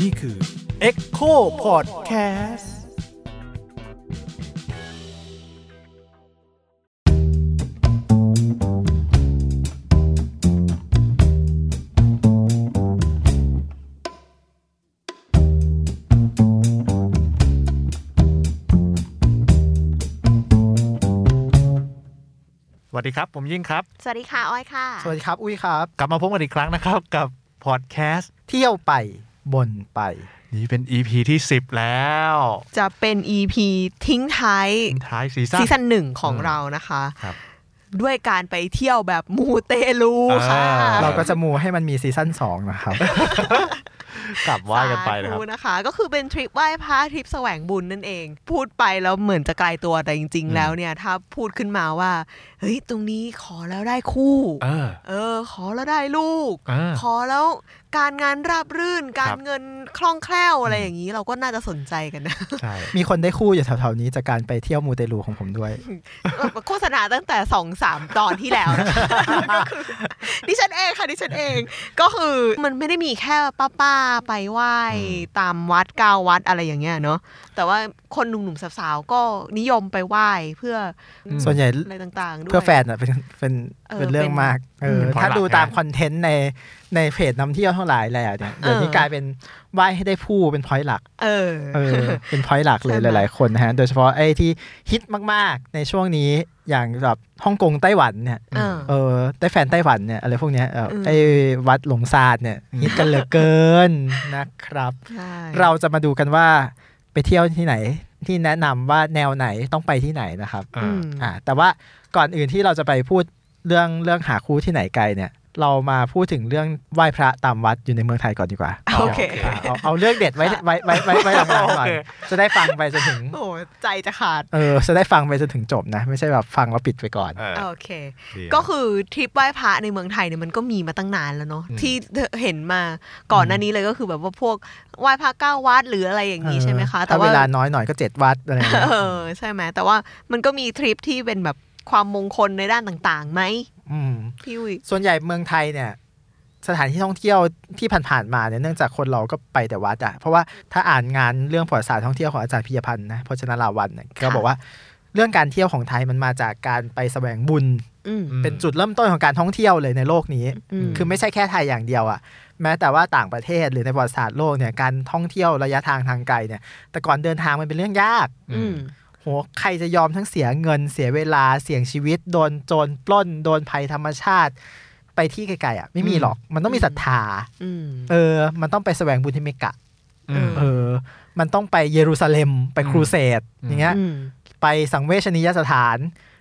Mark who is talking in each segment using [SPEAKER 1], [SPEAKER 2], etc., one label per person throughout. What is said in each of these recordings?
[SPEAKER 1] นี่คือ
[SPEAKER 2] Echo Podcast
[SPEAKER 3] สวัสดีครับ ผมยิ่งครับ
[SPEAKER 4] สวัสดีค่ะอ้อยค่ะ
[SPEAKER 2] สวัสดีครับ อุ้ยครับ
[SPEAKER 3] กลับมาพบกันอีกครั้งนะครับ กับพอดแคสต์
[SPEAKER 2] เที่ยวไปบนไป
[SPEAKER 3] นี่เป็น EP ที่ 10 แล้ว
[SPEAKER 4] จะเป็น EP ทิ้งท้าย
[SPEAKER 3] ทิ้งท้ายซีซั่น
[SPEAKER 4] ซีซั่นหนึ่งของ
[SPEAKER 3] อืม
[SPEAKER 4] เรานะคะ
[SPEAKER 3] ครับ
[SPEAKER 4] ด้วยการไปเที่ยวแบบมูเตลูค่ะ
[SPEAKER 3] อ่
[SPEAKER 2] เราก็จะมูให้มันมีซีซั่น2 นะครับ
[SPEAKER 3] กลับว่ากันไปนะครับ
[SPEAKER 4] สาธุนะคะ ก็คือเป็นทริปไหว้พระทริปแสวงบุญนั่นเอง พูดไปแล้วเหมือนจะไกลตัวแต่จริง
[SPEAKER 3] อืม
[SPEAKER 4] ๆ แล้วเนี่ย ถ้าพูดขึ้นมาว่าเฮ้ยตรงนี้ขอแล้วได้คู่
[SPEAKER 3] เออ
[SPEAKER 4] เออ ขอแล้วได้ลูก
[SPEAKER 3] เออ
[SPEAKER 4] ขอแล้วการงานราบรื่น กา
[SPEAKER 3] ครั
[SPEAKER 4] ร
[SPEAKER 3] บ
[SPEAKER 4] เงินคล่องแคล่วอะไรอย่างนี้ เราก็น่าจะสนใจกันนะ
[SPEAKER 3] ใช่
[SPEAKER 2] มีคนได้คู่อยู่แถวๆนี้จากการไปเที่ยวมูเตลูของผมด้วย
[SPEAKER 4] โฆษณาตั้งแต่สองสามตอนที่แล้ว นะคะ ก็คือดิฉันเองค่ะดิฉันเอง ก็คือมันไม่ได้มีแค่ป้าป้าๆไปไหว้ตามวัดเก้าวัดอะไรอย่างเงี้ยเนาะแต่ว่าคนหนุ่มๆสาวๆก็นิยมไปไหว้เพื่อ
[SPEAKER 2] ส่วนใหญ่
[SPEAKER 4] อะไรต่างๆด้วย
[SPEAKER 2] เพื่อแฟนอ่ะเป็นเป็น
[SPEAKER 4] เออ
[SPEAKER 2] เป็นเรื่องมากเออ
[SPEAKER 3] เป็น
[SPEAKER 2] ถ้า
[SPEAKER 3] ผลหลัก
[SPEAKER 2] ดู
[SPEAKER 3] นะ
[SPEAKER 2] ตามคอนเทนต์ในในเพจนำเที่ยวทั้งหลายแล้วเนี่ยเดี๋ยวนี้
[SPEAKER 4] เออ
[SPEAKER 2] กลายเป็นไหว้ให้ได้ผู้เป็นพอยต์หลัก
[SPEAKER 4] เออ
[SPEAKER 2] เอ อ เป็นพอยต์หลักเลย
[SPEAKER 4] ใช่
[SPEAKER 2] ห
[SPEAKER 4] ไหม
[SPEAKER 2] ลาย ๆ คนนะฮะ โดยเฉพาะไอ้ที่ฮิตมาก ๆ ในช่วงนี้อย่างแบบฮ่องกงไต้หวันเนี่ย
[SPEAKER 4] เออ
[SPEAKER 2] เออได้แฟนไต้หวันเนี่ยอะไรพวกเนี้ยเออ
[SPEAKER 4] อืม
[SPEAKER 2] ไอ้วัดหลงซานเนี่ยฮิตกันเหลือเกิน นะครับ
[SPEAKER 4] ใช่
[SPEAKER 2] เราจะมาดูกันว่าไปเที่ยวที่ไหน ที่แนะนำว่าแนวไหนต้องไปที่ไหนนะครับ
[SPEAKER 3] เอออ
[SPEAKER 4] ม
[SPEAKER 2] อ่าแต่ว่าก่อนอื่นที่เราจะไปพูดเรื่องเรื่องหาคู่ที่ไหนไกลเนี่ย เรามาพูดถึงเรื่องไหว้พระตามวัดอยู่ในเมืองไทยก่อนดีกว่า
[SPEAKER 4] โอเค
[SPEAKER 2] อ่ะเอาเอาเรื่องเด็ดไว้ไว้ไว้ไว้ไว้หลังๆก่อน
[SPEAKER 3] โอเค
[SPEAKER 2] จะได้ฟังไปจนถึง
[SPEAKER 4] โอ้ใจจะขาด
[SPEAKER 2] เออจะได้ฟังไปจนถึงจบนะ ไม่ใช่แบบฟังแล้วปิดไปก่อน
[SPEAKER 3] เออ
[SPEAKER 4] โอเค
[SPEAKER 3] ดี
[SPEAKER 4] ก็คือทริปไหว้พระในเมืองไทยเนี่ยมันก็มีมาตั้งนานแล้วเนาะ
[SPEAKER 3] อืม
[SPEAKER 4] ที่เห็นมาก่อนหน้านี้เลยก็คือแบบว่าพวกไหว้พระเก้าวัดหรืออะไรอย่างนี้ใช่ไหมคะ
[SPEAKER 2] เออ
[SPEAKER 4] แต่
[SPEAKER 2] ถ้าเวลาน้อยหน่อยก็เจ็ดวัดอะไรอย่างเงี้ย
[SPEAKER 4] เออใช่ไหมแต่ว่ามันก็มีทริปที่เป็นแบบความมงคลในด้านต่างๆไหม
[SPEAKER 2] ม
[SPEAKER 4] พี่วิ
[SPEAKER 2] ส่วนใหญ่เมืองไทยเนี่ย สถานที่ท่องเที่ยวที่ผ่านๆมาเนี่ยเนื่องจากคนเราก็ไปแต่วัดอะเพราะว่าถ้าอ่านงานเรื่องประวัติศาสตร์ท่องเที่ยวของอาจารย์พิยพันธ์นะพจนาราวันเนี่ยก็
[SPEAKER 4] ค่ะ
[SPEAKER 2] บอกว่าเรื่องการเที่ยวของไทยมันมาจากการไปแสวงบุญ
[SPEAKER 4] อืม
[SPEAKER 2] เป็นจุดเริ่มต้นของการท่องเที่ยวเลยในโลกนี้
[SPEAKER 4] อืม
[SPEAKER 2] คือไม่ใช่แค่ไทยอย่างเดียวอะ่ะ แม้แต่ว่าต่างประเทศหรือในประวัติศาสตร์โลกเนี่ยการท่องเที่ยวระยะทางทางไกลเนี่ย แต่ก่อนเดินทางมันเป็นเรื่องยาก
[SPEAKER 4] อืม
[SPEAKER 2] โห ใครจะยอมทั้งเสียเงิน เสียเวลา เสี่ยงชีวิต โดนโจรปล้น โดนภัยธรรมชาติ ไปที่ไกลๆอะ่ะ ไม่มีหรอก มันต้องมี
[SPEAKER 4] อืม
[SPEAKER 2] ศรัทธา
[SPEAKER 4] อืม
[SPEAKER 2] เออ มันต้องไปแสวงบุญที่เมกะ
[SPEAKER 3] อืม
[SPEAKER 4] เ
[SPEAKER 2] เออ มันต้องไปเยรูซาเล็ม ไปครูเสด
[SPEAKER 3] อืม
[SPEAKER 2] อย่างเงี้ย
[SPEAKER 4] อืม
[SPEAKER 2] ไปสังเวชนียสถาน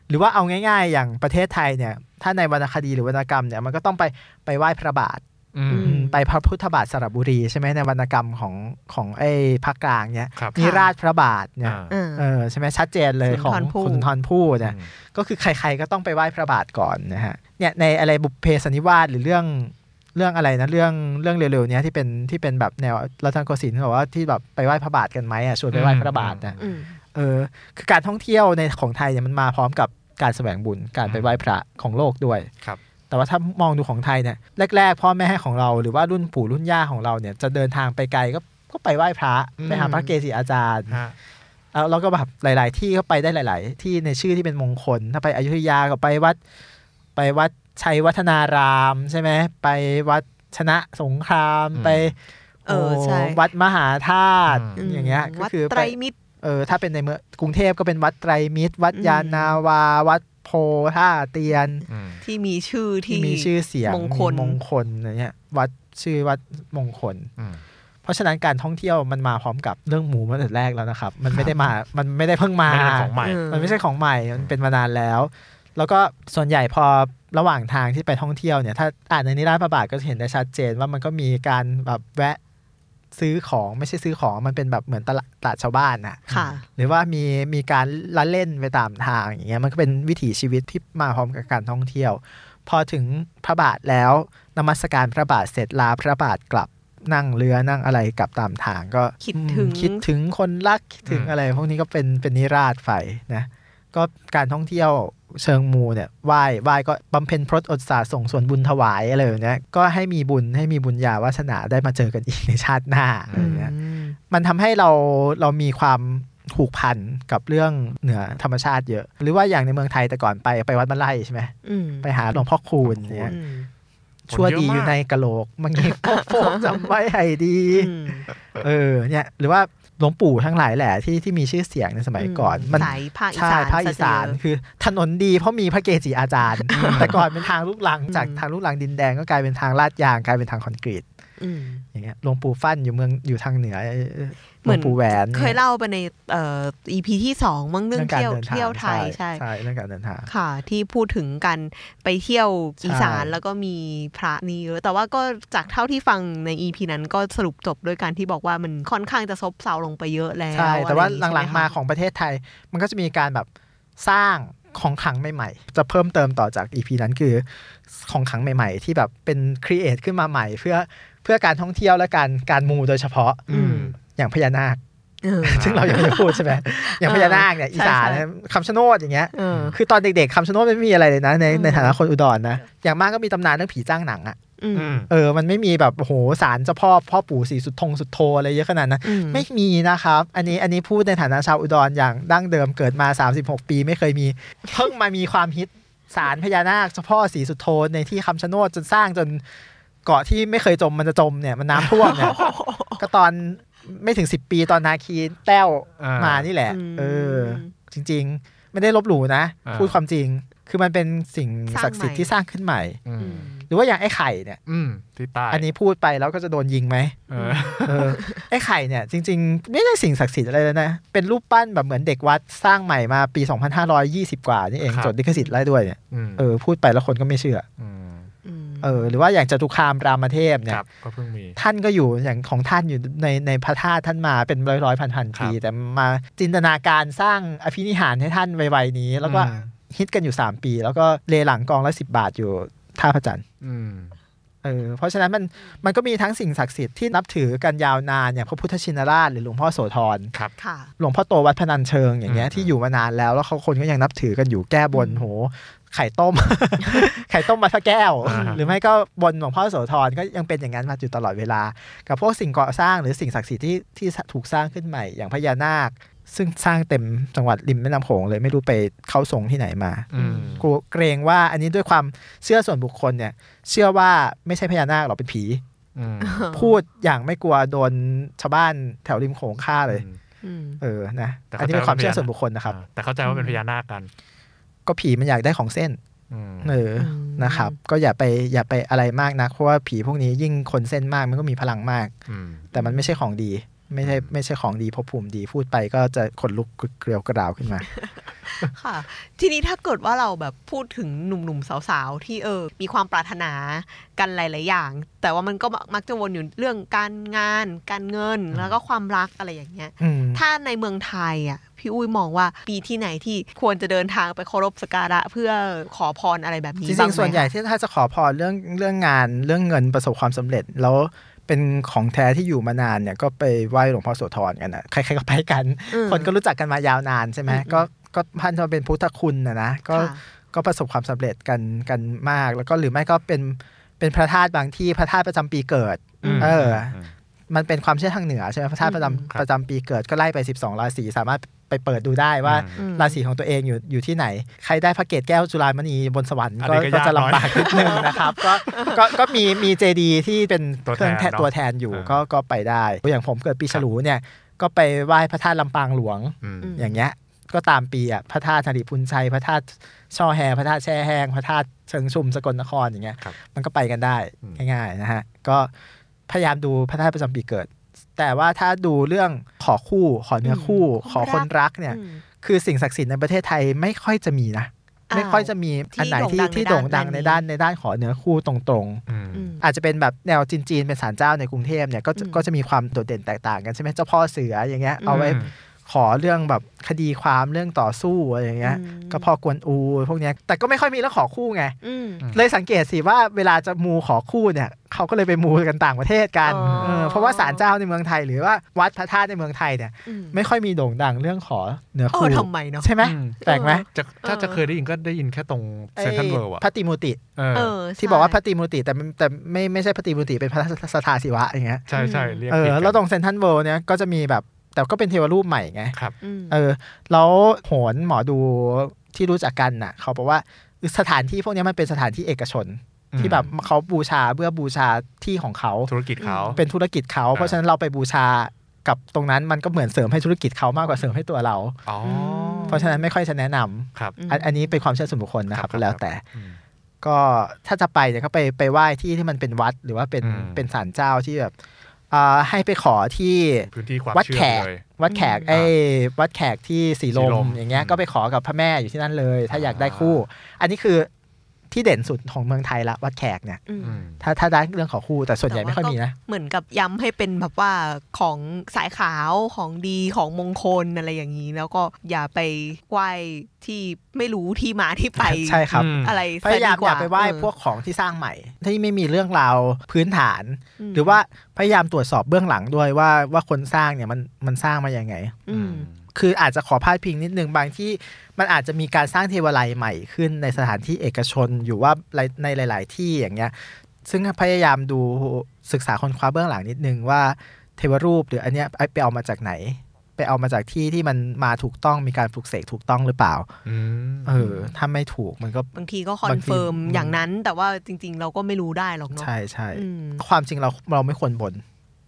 [SPEAKER 2] หรือว่าเอาง่าย ๆ อย่างประเทศไทยเนี่ย ถ้าในวรรณคดีหรือวรรณกรรมเนี่ยมันก็ต้องไปไปไหว้พระบาท
[SPEAKER 3] อืม
[SPEAKER 4] อืม
[SPEAKER 2] ไปพระพุทธบาทสระบุรีใช่ไหมในวรรณกรรมของของไอ้ภาคกลางเนี่ย
[SPEAKER 3] ครับ
[SPEAKER 2] นิราชพระบาทเนี่ย
[SPEAKER 3] อ่า
[SPEAKER 4] เออ
[SPEAKER 2] เออใช่ไหมชัดเจนเลย
[SPEAKER 4] สุ
[SPEAKER 2] ของ
[SPEAKER 4] นทรภู่
[SPEAKER 2] สุนทรภู่เนี่ยก็คือใคร ๆก็ต้องไปไหว้พระบาทก่อนนะฮะเนี่ยในอะไรบุพเพสันนิวาสหรือเรื่องเรื่องอะไรนะเรื่องเรื่องเร็วๆเนี้ยที่เป็นที่เป็นแบบแนวรัตนโกสินทร์ที่บอกว่าที่แบบไปไหว้พระบาทกันไหมอ่ะชวนไปไหว้พระบาทนะ
[SPEAKER 4] อืม
[SPEAKER 2] เออคือการท่องเที่ยวในของไทยเนี่ยมันมาพร้อมกับการแสวงบุญการไปไหว้พระของโลกด้วย
[SPEAKER 3] ครับ
[SPEAKER 2] แต่ว่าถ้ามองดูของไทยเนี่ยแรก ๆ พ่อแม่ของเราหรือว่ารุ่นปู่รุ่นย่าของเราเนี่ยจะเดินทางไปไกลก็ก็ไปไหว้พระ
[SPEAKER 3] อืม
[SPEAKER 2] ไปหาพระเกจิอาจารย์
[SPEAKER 3] ฮะ
[SPEAKER 2] แล้วเราก็แบบหลาย ๆ ที่ก็ไปได้หลาย ๆ ที่ในชื่อที่เป็นมงคล ถ้าไปอยุธยาก็ไปวัด ไปวัดชัยวัฒนารามใช่ไหมไปวัดชนะสงคราม
[SPEAKER 3] อืม
[SPEAKER 2] ไป
[SPEAKER 4] เออใช่
[SPEAKER 2] โวัดมหาธาตุ
[SPEAKER 3] อืม
[SPEAKER 2] อย่างเงี้ยก็
[SPEAKER 4] วัด
[SPEAKER 2] คือ
[SPEAKER 4] ไต
[SPEAKER 2] ไป
[SPEAKER 4] รมิตร
[SPEAKER 2] เออถ้าเป็นในเมืองกรุงเทพก็เป็นวัดไตรมิตร วัด
[SPEAKER 4] อืม
[SPEAKER 2] ยานาวา วัดโพท่าเตียน
[SPEAKER 3] อืม
[SPEAKER 4] ที่มีชื่อ
[SPEAKER 2] ที่
[SPEAKER 4] ที่
[SPEAKER 2] มีชื่อเสียง
[SPEAKER 4] มงคล
[SPEAKER 2] มีมงคลอะไรเงี้ยวัดชื่อวัดมงคล
[SPEAKER 3] อืม
[SPEAKER 2] เพราะฉะนั้นการท่องเที่ยวมันมาพร้อมกับเรื่องหมูมาแต่แรกแล้วนะครับ มันไม่ได้มา มันไม่ได้เพิ่งมา
[SPEAKER 3] ไม่ได้ของใหม่
[SPEAKER 4] เออ
[SPEAKER 2] มันไม่ใช่ของใหม่ มันเป็นมานานแล้ว แล้วก็ส่วนใหญ่พอระหว่างทางที่ไปท่องเที่ยวเนี่ย ถ้าอ่านในนิราศประบาทก็จะเห็นได้ชัดเจนว่ามันก็มีการแบบแวะซื้อของไม่ใช่ซื้อของมันเป็นแบบเหมือนตลาดตลาดชาวบ้านน่ะ
[SPEAKER 4] ค่ะ
[SPEAKER 2] หรือว่ามีมีการละเล่นไปตามทางอย่างเงี้ยมันก็เป็นวิถีชีวิตที่มาพร้อมกับการท่องเที่ยว พอถึงพระบาทแล้วนมัสการพระบาทเสร็จลาพระบาทกลับนั่งเรือนั่งอะไรกลับตามทางก็
[SPEAKER 4] คิดถึง
[SPEAKER 2] อืมคิดถึงคนรักคิดถึง
[SPEAKER 3] อืม
[SPEAKER 2] อะไร พวกนี้ก็เป็นเป็นนิราศไฟนะ ก็การท่องเที่ยวเชิงมูเนี่ยไหว้ไหว้ก็บำเพ็ญพรตอดสาส่งส่วนบุญถวายอะไรแบบเนี้ยก็ให้มีบุญให้มีบุญญาวาสนาได้มาเจอกันอีกในชาติหน้าอะไรเงี้ยมันทำให้เราเรามีความผูกพันกับเรื่องเหนือธรรมชาติเยอะ หรือว่าอย่างในเมืองไทยแต่ก่อนไปไปวัดบ้านไร่ใช่ไหม
[SPEAKER 4] อืม
[SPEAKER 2] ไปหาหลวงพ่อคูณเนี่ย
[SPEAKER 4] อืม
[SPEAKER 2] ชั่วดีอยู่ในกะโหลกมันเงี้ยก็โฟก จำไว้ให้ดี
[SPEAKER 4] อืม
[SPEAKER 2] เออเนี่ยหรือว่าหลวงปู่ทั้งหลายแหละที่ที่มีชื่อเสียงในสมัยก่อนมัน
[SPEAKER 4] สายภาคอี
[SPEAKER 2] ใช่
[SPEAKER 4] สาน
[SPEAKER 2] ภาคอีสาน
[SPEAKER 4] ซะเจ
[SPEAKER 2] คือถนนดีเพราะมีพระเกจิอาจารย์ แต่ก่อนเป็นทางลูกลังจาก
[SPEAKER 4] อืม
[SPEAKER 2] ทางลูกลังดินแดงก็กลายเป็นทางลาดยางกลายเป็นทางคอนกรีต
[SPEAKER 4] อืม
[SPEAKER 2] อย่างเงี้ยหลวงปู่ฟั่นอยู่เมืองอยู่ทางเหนือห
[SPEAKER 4] เห
[SPEAKER 2] ล
[SPEAKER 4] มื
[SPEAKER 2] ว
[SPEAKER 4] อน
[SPEAKER 2] งปู่แหวน
[SPEAKER 4] เคยเล่าไปในเอ่อ EP ที่สองมั้งเรื่องเที่ยว
[SPEAKER 2] ดินทาง
[SPEAKER 4] เที่ยวไทยใช่
[SPEAKER 2] ใช่เรื่องการเดินทาง
[SPEAKER 4] ค่ะ ที่พูดถึงกันไปเที่ยวอีสาน
[SPEAKER 2] ใช่
[SPEAKER 4] แล้วก็มีพระนี่เยอะแต่ว่าก็จากเท่าที่ฟังใน EP นั้นก็สรุปจบด้วยการที่บอกว่ามันค่อนข้างจะซบเซาลงไปเยอะแล้ว
[SPEAKER 2] ใช่ แต่ว่า
[SPEAKER 4] อะไรอย่
[SPEAKER 2] หลัง
[SPEAKER 4] ใช่ไคะ
[SPEAKER 2] ๆมาของประเทศไทย มันก็จะมีการแบบสร้างของขลังใหม่ๆ จะเพิ่มเติมต่อจากอีพีนั้นคือของขลังใหม่ๆ ที่แบบเป็นครีเอทขึ้นมาใหม่ เพื่อเพื่อการท่องเที่ยวและการการมูโดยเฉพาะ
[SPEAKER 4] อืม
[SPEAKER 2] อย่างพญานาค
[SPEAKER 4] เออ
[SPEAKER 2] ซึ่งเรายังไม่ได้พูดใช่ไหม อย่างพญานาคเนี่ย
[SPEAKER 4] ใช่
[SPEAKER 2] อีสาน
[SPEAKER 4] ใช่
[SPEAKER 2] นะคำชะโนดอย่างเงี้ย
[SPEAKER 4] เออ
[SPEAKER 2] คือตอนเด็กๆคำชะโนดไม่มีอะไรเลยนะใน
[SPEAKER 4] อืม
[SPEAKER 2] ในฐานะคนอุดรนะ อย่างมากก็มีตำนานเรื่องผีจ้างหนังอะ
[SPEAKER 4] อืม
[SPEAKER 3] อืม
[SPEAKER 2] เออมันไม่มีแบบโอ้โหสารเจ้าพ่อพ่อปู่สีสุดทงสุดโทอะไรเยอะขนาดนั้น
[SPEAKER 4] อื
[SPEAKER 2] ไม่มีนะครับ อันนี้อันนี้พูดในฐานะชาวอุดรอย่างดั้งเดิมเกิดมา 36 ปีไม่เคยมี เพิ่งมามีความฮิตสารพญานาคเจ้าพ่อสีสุดโทนในที่คำชะโนดจนสร้างจนเกาะที่ไม่เคยจมมันจะจมเนี่ยมันน้ำท่วมเนี่ยก็ตอนไม่ถึง 10 ปีตอนนาคีแต้ว
[SPEAKER 3] อ่าม
[SPEAKER 2] มานี่แหละ
[SPEAKER 4] อืม
[SPEAKER 2] เออ จริงๆ ไม่ได้ลบหลู่นะ
[SPEAKER 3] อ่า
[SPEAKER 2] พูดความจริงคือมันเป็นสิ่ง
[SPEAKER 4] สร้างใหม่
[SPEAKER 2] ศักดิ์สิทธิ์ที่สร้างขึ้นใหม่
[SPEAKER 3] อื
[SPEAKER 4] อื
[SPEAKER 3] ม
[SPEAKER 4] ม
[SPEAKER 2] หรือว่าอย่างไอ้ไข่เนี่ย
[SPEAKER 3] อืมที่ใต้
[SPEAKER 2] อันนี้พูดไปแล้วก็จะโดนยิงไหม
[SPEAKER 3] เออ
[SPEAKER 2] เอ อ ไอ้ไข่เนี่ยจริง ๆ ไม่ได้สิ่งศักดิ์สิทธิ์อะไรเลยนะ เป็นรูปปั้นแบบเหมือนเด็กวัดสร้างใหม่มาปี 2520 กว่านี่เอง
[SPEAKER 3] ครับ
[SPEAKER 2] จดลิขสิทธิ์ได้ด้วยเนี่ย
[SPEAKER 3] อืม
[SPEAKER 2] เออพูดไปแล้วคนก็ไม่เชื่อ
[SPEAKER 3] ม
[SPEAKER 4] ม
[SPEAKER 2] เออหรือว่าอย่างจตุคามรามเทพเนี่ย
[SPEAKER 3] ครับก็เพิ่งมี
[SPEAKER 2] ท่านก็อยู่อย่างของท่านอยู่ในในพระธาตุท่านมาเป็นร้อยร้อยพันพันๆปี
[SPEAKER 3] ครับ
[SPEAKER 2] แต่มาจินตนาการสร้างอภินิหารให้ท่านไวๆนี้แล้วก็
[SPEAKER 3] อืม
[SPEAKER 2] ฮิตกันอยู่ 3 ปี แล้วก็เลหลังกองละสิบาทอยู่ท่าพระจันทร์
[SPEAKER 3] อืม
[SPEAKER 2] เออเพราะฉะนั้นมันมันก็มีทั้งสิ่งศักดิ์สิทธิ์ที่นับถือกันยาวนานอย่างพระพุทธชินราชหรือหลวงพ่อโสธร
[SPEAKER 4] ค่ะ
[SPEAKER 2] หลวงพ่อโตวัดพนัญเชิงอย่างเงี้ย
[SPEAKER 3] อืม
[SPEAKER 2] ที่อยู่มานานแล้วแล้วเขาคนก็ยังนับถือกันอยู่แก้บน
[SPEAKER 4] อืม
[SPEAKER 2] โหไข่ต้ม ไข่ต้มมาพระแก้ว
[SPEAKER 3] อ่าฮะ
[SPEAKER 2] หรือไม่ก็บนหลวงพ่อโสธรก็ยังเป็นอย่างนั้นมาอยู่ตลอดเวลา กับพวกสิ่งก่อสร้างหรือสิ่งศักดิ์สิทธิ์ที่ที่ถูกสร้างขึ้นใหม่อย่างพญานาค ซึ่งสร้างเต็มจังหวัดริมแม่น้ำโขงเลยไม่รู้ไปเข้าทรงที่ไหนมา
[SPEAKER 3] อืม
[SPEAKER 2] กลัวเกรงว่าอันนี้ด้วยความเชื่อส่วนบุคคลเนี่ย เชื่อว่าไม่ใช่พญานาคหรอกเป็นผี
[SPEAKER 3] อืม
[SPEAKER 2] พูดอย่างไม่กลัวโดนชาวบ้านแถวริมโขงฆ่าเลย
[SPEAKER 3] อืม
[SPEAKER 4] อืม
[SPEAKER 2] เออนะ
[SPEAKER 3] แต่เข้า
[SPEAKER 2] อัน
[SPEAKER 3] ใจ
[SPEAKER 2] นี้เป็นความเชื่อส่วนบุคคลนะครับ
[SPEAKER 3] อ่าแต่เข้าใจว่าเป็นพญานาคกัน
[SPEAKER 2] ก็ผีมันอยากได้ของเส้น
[SPEAKER 3] อืม
[SPEAKER 2] เอออ
[SPEAKER 4] ม
[SPEAKER 2] นะครับ ก็อย่าไปอย่าไปอะไรมากนะเพราะว่าผีพวกนี้ยิ่งคนเส้นมากมันก็มีพลังมาก
[SPEAKER 3] อืม
[SPEAKER 2] แต่มันไม่ใช่ของดี ไม่ใช่ไม่ใช่ของดีภพภูมิดีพูดไปก็จะขนลุกเกลียวกระดาวขึ้นมา
[SPEAKER 4] ค่ะ ทีนี้ถ้าเกิดว่าเราแบบพูดถึงหนุ่มๆสาวๆ ที่เออ มีความปรารถนากันหลาย ๆ อย่าง แต่ว่ามันก็มักจะวนอยู่เรื่องการงาน การเงิน
[SPEAKER 3] อืม
[SPEAKER 4] แล้วก็ความรักอะไรอย่างเงี้ย
[SPEAKER 2] อืม
[SPEAKER 4] ถ้าในเมืองไทยอ่ะพี่อุ้ยมองว่าปีที่ไหนที่ควรจะเดินทางไปเคารพสกการะเพื่อขอพรอะไรแบบนี้
[SPEAKER 2] จริ
[SPEAKER 4] บ้าง ไม
[SPEAKER 2] ๆส่วนใหญ่
[SPEAKER 4] คะ
[SPEAKER 2] ที่ถ้าจะขอพรเรื่องเรื่องงานเรื่องเงินประสบความสำเร็จ แล้วเป็นของแท้ที่อยู่มานานเนี่ยก็ไปไหว้หลวงพ่อโสธรกันนะใครๆก็ไปกัน
[SPEAKER 4] อืม
[SPEAKER 2] คนก็รู้จักกันมายาวนานใช่ไหม
[SPEAKER 4] อืม
[SPEAKER 2] ก็ก็ท่านจะเป็นพุทธคุณนะนะก็
[SPEAKER 4] ค่ะ
[SPEAKER 2] ก็ประสบความสำเร็จกันกันมาก แล้วก็หรือไม่ก็เป็นเป็นพระธาตุบางที่พระธาตุประจำปีเกิด เออ มันเป็นความเชื่อทางเหนือใช่ไหมพระธาตุประจ
[SPEAKER 3] ครั
[SPEAKER 2] ำ
[SPEAKER 3] บ
[SPEAKER 2] ประจำปีเกิดก็ไล่ไป 12 ราศีสามารถไปเปิดดูได้ว่า
[SPEAKER 4] อืม
[SPEAKER 2] ราศีของตัวเองอยู่อยู่ที่ไหน ใครได้พระเกตแก้วจุฬามณีบนสวรรค์
[SPEAKER 3] อัน
[SPEAKER 2] ก็
[SPEAKER 3] นี้
[SPEAKER 2] ก็
[SPEAKER 3] ก็ยาก
[SPEAKER 2] จะลำบากนิดนึง นะครับก็ก็ก็มีมีเจดีที่เป็น
[SPEAKER 3] ตัว
[SPEAKER 2] เค
[SPEAKER 3] แทน
[SPEAKER 2] รื่องแทน
[SPEAKER 3] เนอะ
[SPEAKER 2] ตัวแทนอยู่
[SPEAKER 3] อ่า
[SPEAKER 2] ก็ก็ไปได้ อย่างผมเกิดปีฉลูเนี่ย ก็ไปไหว้พระธาตุลำปางหลวง
[SPEAKER 3] อืม
[SPEAKER 2] อย่างเงี้ย ก็ตามปีอ่ะพระธาตุธริพุนชัยพระธาตุช่อแฮพระธาตุแช่แห้งพระธาตุเชิงชุมสกลนครอย่างเงี้ย
[SPEAKER 3] ครับ
[SPEAKER 2] มันก็ไปกันได้
[SPEAKER 3] อืม
[SPEAKER 2] ง่ายๆนะฮะก็พยายามดูพระธาตุประจำปีเกิด แต่ว่าถ้าดูเรื่องขอคู่ขอเนื้อคู่ ขอคนรักเนี่ย
[SPEAKER 4] อืม
[SPEAKER 2] คือสิ่งศักดิ์สิทธิ์ในประเทศไทยไม่ค่อยจะมีนะ
[SPEAKER 4] อ้าว
[SPEAKER 2] ไม่ค่อยจะมีอันไหนที่
[SPEAKER 4] ที่
[SPEAKER 2] ที่
[SPEAKER 4] โด่
[SPEAKER 2] โด่
[SPEAKER 4] ง
[SPEAKER 2] ง
[SPEAKER 4] ดั
[SPEAKER 2] ดั
[SPEAKER 4] ง
[SPEAKER 2] ง
[SPEAKER 4] ใน
[SPEAKER 2] ใน
[SPEAKER 4] ด้า
[SPEAKER 2] ด้าน น
[SPEAKER 4] นี้
[SPEAKER 2] ในด้านขอเนื้อคู่ตรง
[SPEAKER 3] อืม
[SPEAKER 4] อืม
[SPEAKER 2] ๆ อาจจะเป็นแบบแนวจีนๆเป็นศาลเจ้าในกรุงเทพเนี่ยก็จะ
[SPEAKER 4] อืม
[SPEAKER 2] ก็จะมีความโดดเด่นแตกต่างกันใช่ไหมเจ้าพ่อเสืออย่างเงี้ย
[SPEAKER 4] อืม
[SPEAKER 2] เอาไว้ ขอเรื่องแบบคดีความเรื่องต่อสู้อะไรอย่างเงี้ย
[SPEAKER 4] อืม
[SPEAKER 2] ก็พอกวนอูพวกเนี้ยแต่ก็ไม่ค่อยมีเรื่องขอคู่ไง
[SPEAKER 4] อืม
[SPEAKER 3] อืม
[SPEAKER 2] เลยสังเกตสิว่าเวลาจะมูขอคู่เนี่ยเขาก็เลยไปมูกันต่างประเทศกัน
[SPEAKER 4] อ๋อ
[SPEAKER 2] เออเพราะว่าศาลเจ้าในเมืองไทย หรือว่าวัดพระธาตุในเมืองไทยเนี่ย
[SPEAKER 4] อืม
[SPEAKER 2] ไม่ค่อยมีโด่งดังเรื่องขอเหนือ
[SPEAKER 4] เอ
[SPEAKER 2] คู่
[SPEAKER 4] อทำไมเนาะ
[SPEAKER 2] ใช่ไหม
[SPEAKER 3] อืม
[SPEAKER 2] แปลกไหม
[SPEAKER 3] จะถ้าจะเคยได้ยินก็ได้ยินแค่ตรงเซนทรัลเวิลด์
[SPEAKER 2] ไอ้
[SPEAKER 3] อะ
[SPEAKER 2] พระติมูติ
[SPEAKER 3] เอ
[SPEAKER 4] เอ
[SPEAKER 3] อ
[SPEAKER 4] อ
[SPEAKER 2] ที่บอกว่าพ
[SPEAKER 4] ใช่
[SPEAKER 2] ระติมูติแต่มันแต่ไม่ไม่ใช่พระติมูติเป็นพระสถาศิวะอย่างเงี้ย
[SPEAKER 3] ใช่ใช่เรียก
[SPEAKER 2] เอ
[SPEAKER 3] ผิ
[SPEAKER 2] อ
[SPEAKER 3] ดกัน
[SPEAKER 2] แล้วตรงเซนทรันเวิลด์เนี่ยก็จะมีแบบแต่ก็เป็นเทวรูปใหม่ไง
[SPEAKER 3] ครับ
[SPEAKER 4] อืม
[SPEAKER 2] เออแล้วโหนหมอดูที่รู้จักกันน่ะ เขาบอกว่าสถานที่พวกเนี้ยมันเป็นสถานที่เอกชน
[SPEAKER 3] อืม
[SPEAKER 2] ที่แบบเขาบูชาเพื่อบูชาที่ของเขา
[SPEAKER 3] ธุรกิจเขา
[SPEAKER 2] เป็นธุรกิจเขา
[SPEAKER 3] อ่า
[SPEAKER 2] เพราะฉะนั้นเราไปบูชากับตรงนั้นมันก็เหมือนเสริมให้ธุรกิจเขามากกว่าเสริมให้ตัวเรา
[SPEAKER 3] อ๋อ
[SPEAKER 2] เพราะฉะนั้นไม่ค่อยจะแนะนำ
[SPEAKER 3] ครับ
[SPEAKER 4] อืม
[SPEAKER 2] อันอันนี้เป็นความเชื่อส่วนบุคคลนะครับ
[SPEAKER 3] ครับ
[SPEAKER 2] แล้วแต่
[SPEAKER 3] อืม
[SPEAKER 2] ก็ถ้าจะไปเนี่ยก็ไปไปไหว้ที่ที่มันเป็นวัดหรือว่าเป็น
[SPEAKER 3] อืม
[SPEAKER 2] เป็นศาลเจ้าที่แบบอ่าให้ไปขอที่
[SPEAKER 3] พื้นที่ความ
[SPEAKER 2] วัด
[SPEAKER 3] เชื่อ
[SPEAKER 2] แขก
[SPEAKER 3] เลย
[SPEAKER 2] วัดแขกไอ้วัดแขกที่สีล
[SPEAKER 3] สีล
[SPEAKER 2] ม
[SPEAKER 3] ม
[SPEAKER 2] อย่างเงี้ย
[SPEAKER 3] อืม
[SPEAKER 2] ก็ไปขอกับพระแม่อยู่ที่นั่นเลย ถ้า
[SPEAKER 3] อ่า
[SPEAKER 2] อยากได้คู่ อันนี้คือที่เด่นสุดของเมืองไทยละวัดแขกเนี่ย
[SPEAKER 4] อืม
[SPEAKER 3] อืม
[SPEAKER 2] ถ้าถ้าด้านเรื่องขอคู่แต่ส่วนใหญ่
[SPEAKER 4] แต่ว่า
[SPEAKER 2] ไม่ค่อยมีนะ
[SPEAKER 4] เหมือนกับย้ำให้เป็นแบบว่าของสายขาวของดีของมงคลอะไรอย่างนี้ แล้วก็อย่าไปไหว้ที่ไม่รู้ที่มาที่ไป
[SPEAKER 2] ใช่ครับ
[SPEAKER 3] อืม
[SPEAKER 4] อะไร
[SPEAKER 2] พยายามอย่าไปไหว้พวกของที่สร้างใหม่ ที่ไม่มีเรื่องราวพื้นฐาน หรือว่าพยายามตรวจสอบเบื้องหลังด้วยว่าว่าคนสร้างเนี่ยมันมันสร้างมาอย่างไง
[SPEAKER 4] อืม
[SPEAKER 2] คืออาจจะขอพาดพิงนิดนึงบางที่มันอาจจะมีการสร้างเทวาลัยใหม่ขึ้นในสถานที่เอกชนอยู่ว่าในหลาย ๆ ที่อย่างเงี้ย ซึ่งพยายามดูศึกษาค้นคว้าเบื้องหลังนิดนึงว่าเทวรูปหรืออันเนี้ยไปเอามาจากไหน ไปเอามาจากที่ที่มันมาถูกต้องมีการปลุกเสกถูกต้องหรือเปล่า
[SPEAKER 3] อืม
[SPEAKER 2] เออ ถ้าไม่ถูกมันก็
[SPEAKER 4] บางทีก็คอนเฟิร์ม
[SPEAKER 2] บางที
[SPEAKER 4] อย่างนั้นแต่ว่าจริง ๆ เราก็ไม่รู้ได้หรอกเนาะ
[SPEAKER 2] ใช่ใช่
[SPEAKER 4] อืม
[SPEAKER 2] ความจริงเราเราไม่ควรบน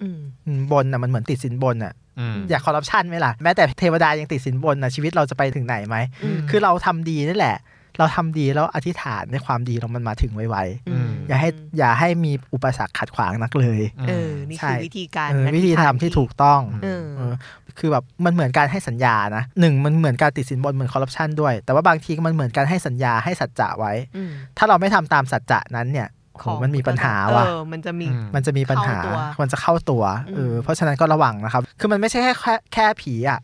[SPEAKER 4] อืม
[SPEAKER 2] อืมบนน่ะมันเหมือนติดสินบนน่ะ
[SPEAKER 3] อืม
[SPEAKER 2] อยากคอร์รัปชันไหมล่ะแม้แต่เทวดายังติดสินบนน่ะชีวิตเราจะไปถึงไหนไหม
[SPEAKER 4] อืม
[SPEAKER 2] คือเราทำดีนั่นแหละ เราทำดีแล้วอธิษฐานในความดีเรามันมาถึงไว
[SPEAKER 4] อืม
[SPEAKER 2] ๆอย่าให้อย่าให้มีอุปสรรคขัดขวางนักเลย
[SPEAKER 4] เออนี่
[SPEAKER 2] ใช่
[SPEAKER 4] คือวิธีการ
[SPEAKER 2] เออ
[SPEAKER 4] นั้น
[SPEAKER 2] วิธีทำที่ถูกต้อง
[SPEAKER 4] เออ
[SPEAKER 2] เออคือแบบมันเหมือนการให้สัญญานะหนึ่งมันเหมือนการติดสินบนเหมือนคอร์รัปชันด้วย แต่ว่าบางทีมันเหมือนการให้สัญญาให้สัจจะไว้
[SPEAKER 4] อืม
[SPEAKER 2] ถ้าเราไม่ทำตามสัจจะนั้นเนี่ยโหมันมีปัญหาว่ะ
[SPEAKER 4] เออมันจะมี
[SPEAKER 3] อืม
[SPEAKER 2] มันจะมีปัญหา
[SPEAKER 4] เข้าตัว
[SPEAKER 2] มันจะเข้าตัว เออ
[SPEAKER 4] อืม
[SPEAKER 2] เพราะฉะนั้นก็ระวังนะครับ คือมันไม่ใช่แค่แค่แค่ผีอ่ะ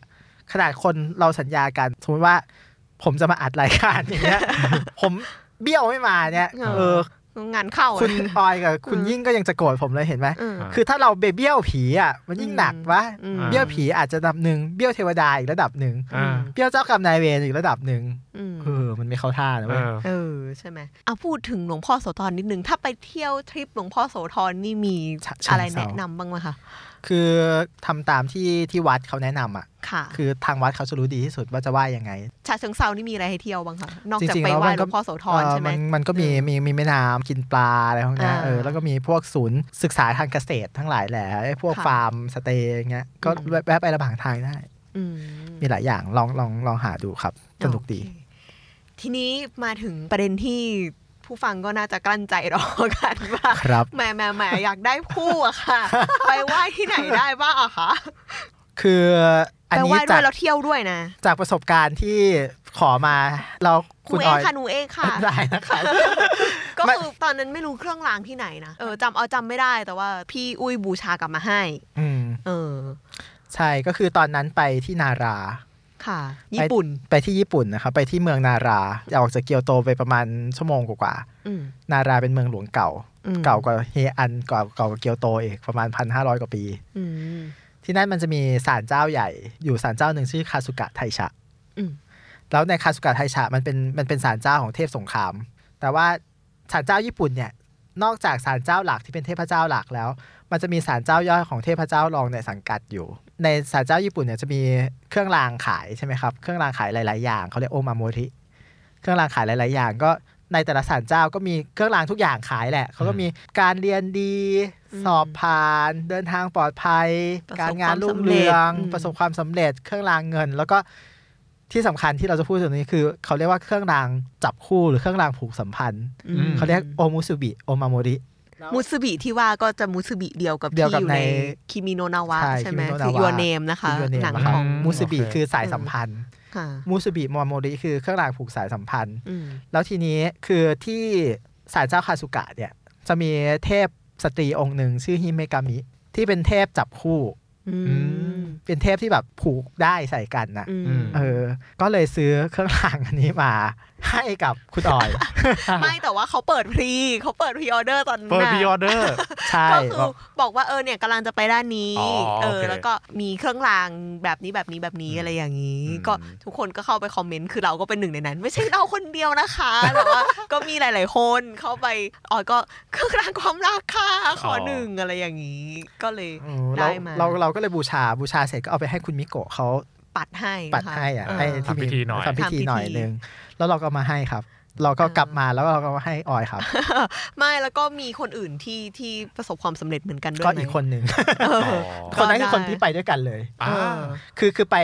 [SPEAKER 2] ขนาดคนเราสัญญากัน สมมติว่า ผมจะมาอัดรายการอย่างเงี้ย ผมเบี้ยวไม่มาเนี่ย เออ
[SPEAKER 4] งานเข้า
[SPEAKER 2] คุณ
[SPEAKER 4] อะ
[SPEAKER 2] ออย กับคุณ
[SPEAKER 4] อืม
[SPEAKER 2] ยิ่งก็ยังจะโกรธผมเลยเห็นไหม
[SPEAKER 4] เออ
[SPEAKER 2] คือถ้าเราไปเบี้ยวผีอ่ะ มันยิ่งหนักวะ
[SPEAKER 4] อืม
[SPEAKER 2] เบี้ยวผีอาจจะระดับหนึ่ง เบี้ยวเทวดาอีกระดับหนึ่ง
[SPEAKER 3] อ่า
[SPEAKER 2] เบี้ยวเจ้ากรรมนายเวรอีกระดับหนึ่ง
[SPEAKER 4] อืม
[SPEAKER 2] เออ มันไม่เข้าท่านะ
[SPEAKER 3] เอ
[SPEAKER 2] เว้ย
[SPEAKER 3] อ
[SPEAKER 4] เออใช่ไหมเอาพูดถึงหลวงพ่อโสธรนิดนึง ถ้าไปเที่ยวทริปหลวงพ่อโสธรนี่มี
[SPEAKER 2] ฉะเชิงเทรา
[SPEAKER 4] อะไรแนะนำบ้างไหมคะ
[SPEAKER 2] คือทำตามที่ที่วัดเขาแนะนำอ่ะ
[SPEAKER 4] ค่ะ
[SPEAKER 2] คือทางวัดเขาจะรู้ดีที่สุดว่าจะว่ายังไง
[SPEAKER 4] ชาเชิงเซานี่มีอะไรให้เที่ยวบ้างคะนอกจาก
[SPEAKER 2] จริงๆ
[SPEAKER 4] ไป
[SPEAKER 2] แล้ว
[SPEAKER 4] ไหว้
[SPEAKER 2] มัน
[SPEAKER 4] หล
[SPEAKER 2] ก็
[SPEAKER 4] วงพ่อโสธรใช่ไหม
[SPEAKER 2] เอ่อมันมันก็มี
[SPEAKER 4] เออ
[SPEAKER 2] มีมีแม่น้ำกินปลาอะไรพวกเนี้ย
[SPEAKER 4] อ่า
[SPEAKER 2] เออแล้วก็มีพวกศูนย์ศึกษาทางเกษตรทั้งหลายแหละไอ้พวก
[SPEAKER 4] ค่ะ
[SPEAKER 2] ฟาร์มสเตย์อย่างเงี้ยก็
[SPEAKER 4] อืม
[SPEAKER 2] แวะแวะไประหว่างทางได้
[SPEAKER 4] อืม
[SPEAKER 2] มีหลายอย่างลองลองลองหาดูครับ สนุกดี
[SPEAKER 4] โอเคทีนี้มาถึงประเด็นที่ผู้ฟังก็น่าจะกลั้นใจรอกัน ว่า
[SPEAKER 2] ครับ
[SPEAKER 4] แหมแหมแหมอยากได้คู่อะค่ะ ไปไหว้ที่ไหนได้บ้างอะคะ
[SPEAKER 2] คืออัน
[SPEAKER 4] ไปไห
[SPEAKER 2] นี้
[SPEAKER 4] ว้ด้
[SPEAKER 2] จา
[SPEAKER 4] วย
[SPEAKER 2] ก
[SPEAKER 4] แล้วเที่ยวด้วยนะ
[SPEAKER 2] จากประสบการณ์ที่ขอมาเรา
[SPEAKER 4] ห
[SPEAKER 2] คุ
[SPEAKER 4] นู
[SPEAKER 2] ณ
[SPEAKER 4] เอ
[SPEAKER 2] อง อย
[SPEAKER 4] ค่ะหนูเองค่ะ
[SPEAKER 2] ได้ นะครับ
[SPEAKER 4] ก็
[SPEAKER 2] ไม่
[SPEAKER 4] คือตอนนั้นไม่รู้เครื่องรางที่ไหนนะเออจำเอาจำไม่ได้แต่ว่าพี่อุ้ยบูชากลับมาให้
[SPEAKER 2] อืม
[SPEAKER 4] เออ
[SPEAKER 2] ใช่ก็คือตอนนั้นไปที่นารา
[SPEAKER 4] ค่ะ ญี่ปุ่น
[SPEAKER 2] ไปที่ญี่ปุ่นนะครับไปที่เมืองนาราออกจากเกียวโตไปประมาณชั่วโมงกว่า
[SPEAKER 4] อืม
[SPEAKER 2] ๆนาราเป็นเมืองหลวงเก่า
[SPEAKER 4] อืม
[SPEAKER 2] เก่ากว่าเฮอันเก่าเก่ากว่าเกียวโตอีกประมาณพันห้าร้อยกว่าปี
[SPEAKER 4] อืม
[SPEAKER 2] ที่นั่นมันจะมีศาลเจ้าใหญ่อยู่ศาลเจ้าหนึ่งชื่อคาสุกะไทชะ
[SPEAKER 4] อืม
[SPEAKER 2] แล้วในคาสุกะไทชะมันเป็นมันเป็นศาลเจ้าของเทพสงคราม แต่ว่าศาลเจ้าญี่ปุ่นเนี่ยนอกจากศาลเจ้าหลักที่เป็นเทพเจ้าหลักแล้ว มันจะมีศาลเจ้าย่อยของเทพเจ้ารองในสังกัดอยู่ ในศาลเจ้าญี่ปุ่นเนี่ยจะมีเครื่องรางขายใช่ไหมครับเครื่องรางขายหลาย ๆ อย่างเขาเรียกโอมาโมริเครื่องรางขายหลาย ๆ อย่างก็ในแต่ละศาลเจ้าก็มีเครื่องรางทุกอย่างขายแหละเขาก็มีการเรียนดี
[SPEAKER 4] อืม
[SPEAKER 2] สอบผ่าน เดินทางปลอดภัย
[SPEAKER 4] ประสบ
[SPEAKER 2] การงานรุ่งเรือง
[SPEAKER 4] ความสำเร็จอืม
[SPEAKER 2] ประสบความสำเร็จ เครื่องรางเงิน แล้วก็ที่สำคัญที่เราจะพูดถึงนี้คือเขาเรียกว่าเครื่องรางจับคู่หรือเครื่องรางผูกสัมพันธ์
[SPEAKER 4] อืม
[SPEAKER 3] อืม
[SPEAKER 2] เขาเรียกโอมุสุบิโอมาโมริ
[SPEAKER 4] มุสบิที่ว่าก็จะมุสบิเดียวกับ
[SPEAKER 2] เดียว
[SPEAKER 4] ที่
[SPEAKER 2] กับ
[SPEAKER 4] อยู่ใน
[SPEAKER 2] ใน
[SPEAKER 4] คิมิโนนาวะ
[SPEAKER 2] ใช่
[SPEAKER 4] ใช่ไหม
[SPEAKER 2] Kimi no
[SPEAKER 4] คือ
[SPEAKER 2] Nawa
[SPEAKER 4] your name นะคะ
[SPEAKER 2] คือ your name
[SPEAKER 4] หนัง
[SPEAKER 2] นะค
[SPEAKER 4] ข
[SPEAKER 2] รับ
[SPEAKER 4] อง
[SPEAKER 3] ม
[SPEAKER 2] มุสบิ
[SPEAKER 3] โอเค
[SPEAKER 2] คือสาย
[SPEAKER 4] อืม
[SPEAKER 2] สัมพันธ์
[SPEAKER 4] ค่ะ
[SPEAKER 2] มุสบิโอมาโมริคือเครื่องรางผูกสายสัมพันธ์
[SPEAKER 4] อืม
[SPEAKER 2] แล้วทีนี้คือที่ศาลเจ้าคาสุกะเนี่ยจะมีเทพสตรีองค์หนึ่งชื่อฮิเมกามิ ที่เป็นเทพจับคู่
[SPEAKER 4] อืม
[SPEAKER 2] เป็นเทพที่แบบผูกได้ใส่กันน่ะ
[SPEAKER 4] อืม
[SPEAKER 3] อืม
[SPEAKER 2] เออ ก็เลยซื้อเครื่องรางอันนี้มา ให้กับคุณออย
[SPEAKER 4] ไม่แต่ว่าเขาเปิดพรีเขาเปิดพรีออเดอร์ตอนนั้น
[SPEAKER 3] เปิด
[SPEAKER 4] น่ะ
[SPEAKER 3] พิออเดอร์
[SPEAKER 2] ใช่
[SPEAKER 4] ก็คื
[SPEAKER 2] บ
[SPEAKER 4] อ
[SPEAKER 2] อก
[SPEAKER 4] บอกว่าเออเนี่ยกำลังจะไปด้านนี้
[SPEAKER 3] อ๋อ
[SPEAKER 4] เอ
[SPEAKER 3] โอ
[SPEAKER 4] อ
[SPEAKER 3] เค
[SPEAKER 4] แล้วก็มีเครื่องรางแบบนี้แบบนี้แบบนี้
[SPEAKER 3] อืม
[SPEAKER 4] อะไรอย่างนี้
[SPEAKER 3] อืม
[SPEAKER 4] ก็ทุกคนก็เข้าไปคอมเมนต์คือเราก็เป็นหนึ่งในนั้น ไม่ใช่เราคนเดียว นะคะแต่ว่า ก็มีหลาย ๆ คนเข้าไปอ๋อก็เครื่องรางความรักค่ะขอหนึ่งอะไรอย่างนี้ ก็เลย
[SPEAKER 2] เออ
[SPEAKER 4] ได้
[SPEAKER 2] เรา
[SPEAKER 4] มา
[SPEAKER 2] เราเราก็เลยบูชาบูชาเสร็จก็เอาไปให้คุณมิโกะเขา
[SPEAKER 4] ปัดให้
[SPEAKER 2] ปัด
[SPEAKER 4] ค่ะ
[SPEAKER 2] ให้อ่ะ
[SPEAKER 3] เออ
[SPEAKER 2] ให้ที่มี
[SPEAKER 3] ทำพิธีหน่อย
[SPEAKER 2] ทำพิธี
[SPEAKER 4] ทำพิธี
[SPEAKER 2] หน่อยนึงแล้วเราก็มาให้ครับ เราก็กลับมาแล้วเราก็มาให้ออยครับ
[SPEAKER 4] ไม่แล้วก็มีคนอื่นที่ที่ประสบความสำเร็จเหมือนกันด้วย
[SPEAKER 2] ก็
[SPEAKER 4] ไหม
[SPEAKER 2] อีกคนหนึ่ง
[SPEAKER 4] เออ
[SPEAKER 2] คนนั้นคือ
[SPEAKER 4] ได้
[SPEAKER 2] คนที่ไปด้วยกันเลย
[SPEAKER 3] อ่า
[SPEAKER 4] เออ
[SPEAKER 2] คือคือไป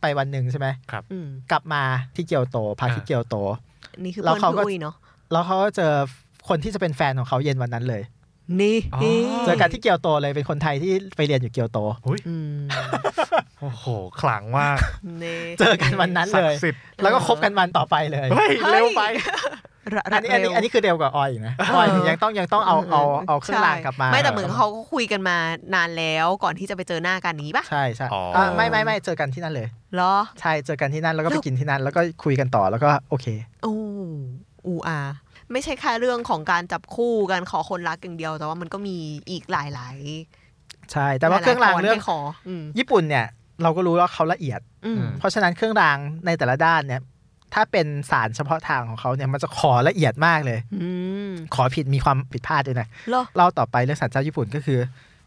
[SPEAKER 2] ไปวันหนึ่งใช่ไหม
[SPEAKER 4] อืม
[SPEAKER 2] กลับมาที่เกียวโตพาที่
[SPEAKER 3] อ่า
[SPEAKER 2] เกียวโต
[SPEAKER 4] นี่คือ
[SPEAKER 2] แล้ว
[SPEAKER 4] เพื่อน
[SPEAKER 2] เขาก็
[SPEAKER 4] พี่อุ้ยเนาะ
[SPEAKER 2] แล้วเขาก็เจอคนที่จะเป็นแฟนของเขาเย็นวันนั้นเลย
[SPEAKER 4] นี่
[SPEAKER 3] อ๋อ
[SPEAKER 2] เจอกันที่เกียวโตเลยเป็นคนไทยที่ไปเรียนอยู่เกียวโต
[SPEAKER 4] อืม
[SPEAKER 3] โอ้โห ขลังมาก
[SPEAKER 4] นี่
[SPEAKER 2] เจอกันวันนั้น
[SPEAKER 3] ศั
[SPEAKER 2] เล
[SPEAKER 3] ก
[SPEAKER 2] ย
[SPEAKER 3] ดิ์สิทธิ์
[SPEAKER 2] แล้วก็คบกันวันต่อไปเลย
[SPEAKER 3] เฮ้ย
[SPEAKER 4] เฮ้ย
[SPEAKER 3] เร็วไป
[SPEAKER 4] ระ
[SPEAKER 2] อั
[SPEAKER 4] ระ
[SPEAKER 2] นนี้อันนี้
[SPEAKER 4] เร็ว
[SPEAKER 2] อันนี้คือเร็วกว่าออยอีกนะออยถึงยังต้องยังต้องเอาเอาเอาเครื่องรางกลับมา
[SPEAKER 4] ใช่ไม่แต่เหมือนเขาก็คุยกันมานานแล้วก่อนที่จะไปเจอหน้ากันนี้ปะ
[SPEAKER 2] ใช่ใช่
[SPEAKER 3] อ๋ออ่
[SPEAKER 2] ะไม่ไม่ไม่เจอกันที่นั่นเลย
[SPEAKER 4] เหรอ
[SPEAKER 2] ใช่เจอกันที่นั่นแล้วก็ไป
[SPEAKER 4] แล้ว
[SPEAKER 2] กินที่นั่นแล้วก็คุยกันต่อแล้วก็โอเค
[SPEAKER 4] อู้อูอาไม่ใช่แค่เรื่องของการจับคู่การขอคนรักอย่างเดียว แต่ว่ามันก็มีอีกหลายหลาย
[SPEAKER 2] ใช่ แต่ว่าเครื่องรางเรื่อง
[SPEAKER 4] ขออืม
[SPEAKER 2] ญี่ปุ่นเนี่ยเราก็รู้ว่าเขาละเอียด
[SPEAKER 4] อืม
[SPEAKER 2] เพราะฉะนั้นเครื่องรางในแต่ละด้านเนี่ยถ้าเป็นสารเฉพาะทางของเขาเนี่ยมันจะขอละเอียดมากเลย
[SPEAKER 4] อืม
[SPEAKER 2] ขอผิดมีความผิดพลาดด้วยนะ
[SPEAKER 4] เหรอ
[SPEAKER 2] เล่าต่อไปเรื่องสารเจ้าญี่ปุ่นก็คือ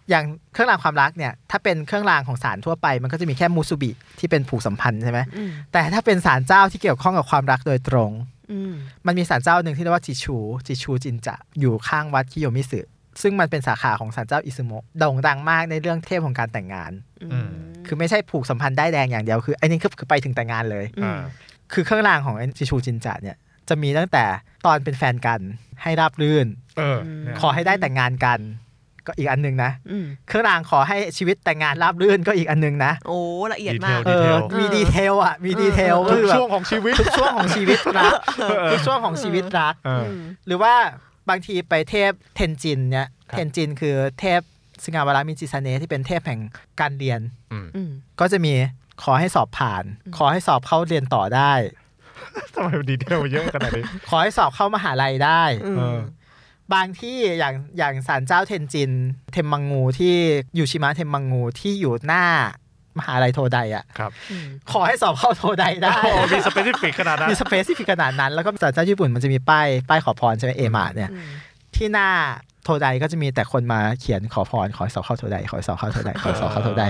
[SPEAKER 2] อย่างเครื่องรางความรักเนี่ยถ้าเป็นเครื่องรางของสารทั่วไป มันก็จะมีแค่มูสุบิที่เป็นผูกสัมพันธ์ใช่ไหม
[SPEAKER 4] อืม
[SPEAKER 2] แต่ถ้าเป็นสารเจ้าที่เกี่ยวข้องกับความรักโดยตรง
[SPEAKER 4] อืม
[SPEAKER 2] มันมีสารเจ้าหนึ่งที่เรียกว่าจิชูจิชูจินจะอยู่ข้างวัดคิโยมิสึซึ่งมันเป็นสาขาของสารเจ้าอิซึโมะโด่งดังมากในเรื่องเทพของการแต่งงาน
[SPEAKER 4] อื
[SPEAKER 3] อื
[SPEAKER 4] ม
[SPEAKER 3] ม
[SPEAKER 2] คือไม่ใช่ผูกสัมพันธ์ได้ายแดงอย่างเดียวคือไอ้นี่คือคือไปถึงแต่งงานเลย
[SPEAKER 4] อืม
[SPEAKER 2] คือเครื่องรางของไอ้จิชูจินจะเนี่ยจะมีตั้งแต่ตอนเป็นแฟนกันให้ราบรื่น
[SPEAKER 3] เออเนี่ย
[SPEAKER 2] ขอให้ได้แต่งงานกัน ก็อีกอันหนึงนะ
[SPEAKER 4] อืม
[SPEAKER 2] เครื่องรางขอให้ชีวิตแต่งงานราบรื่นก็อีกอันหนึงนะ
[SPEAKER 4] โอ้ละเอียดมาก
[SPEAKER 2] เออ มีดีเทลอ่ะ มีดีเทล
[SPEAKER 4] เอ
[SPEAKER 2] ก็คื
[SPEAKER 3] ทุก
[SPEAKER 4] อ
[SPEAKER 2] อแบบ
[SPEAKER 3] ช่วงของชีวิต
[SPEAKER 2] ทุกช่วงของชีวิตรักทุกช่วงของชีวิตรัก
[SPEAKER 3] เออ
[SPEAKER 4] อืม
[SPEAKER 2] หรือว่าบางทีไปเทพเทนจินเนี่ย
[SPEAKER 3] ครับ
[SPEAKER 2] เทนจินคือเทพสงาวรามินจิซาเนะที่เป็นเทพแห่งการเรียน
[SPEAKER 3] อืม
[SPEAKER 4] อืม
[SPEAKER 2] ก็จะมีขอให้สอบผ่าน ขอให้สอบเข้าเรียนต่อได้
[SPEAKER 3] ทำไมดีเทลเยอะขนาดนี้
[SPEAKER 2] ขอให้สอบเข้ามหาลัยได้
[SPEAKER 4] อืม
[SPEAKER 3] เออ
[SPEAKER 2] บางที่อย่างอย่างศาลเจ้าเทนจิน เทมมังงูที่อยู่ชิมะเทมมังงูที่อยู่หน้ามหาลัยโทไดอ่ะ
[SPEAKER 3] ครับ
[SPEAKER 4] อืม
[SPEAKER 2] ขอให้สอบเข้าโทไดได้
[SPEAKER 3] โอ้มีสเปซิฟิกขนาดนั้น
[SPEAKER 2] มีสเปซิฟิกขนาดนั้น แล้วก็ศาลเจ้าญี่ปุ่นมันจะมีป้ายป้ายขอพรใช่ไหมเอมาเนี่ย
[SPEAKER 4] อืม
[SPEAKER 2] ที่หน้าโทไดก็จะมีแต่คนมาเขียนขอพร ขอให้สอบเข้าโทไดขอให้สอบเข้าโทไดขอให้สอบเข้าโทได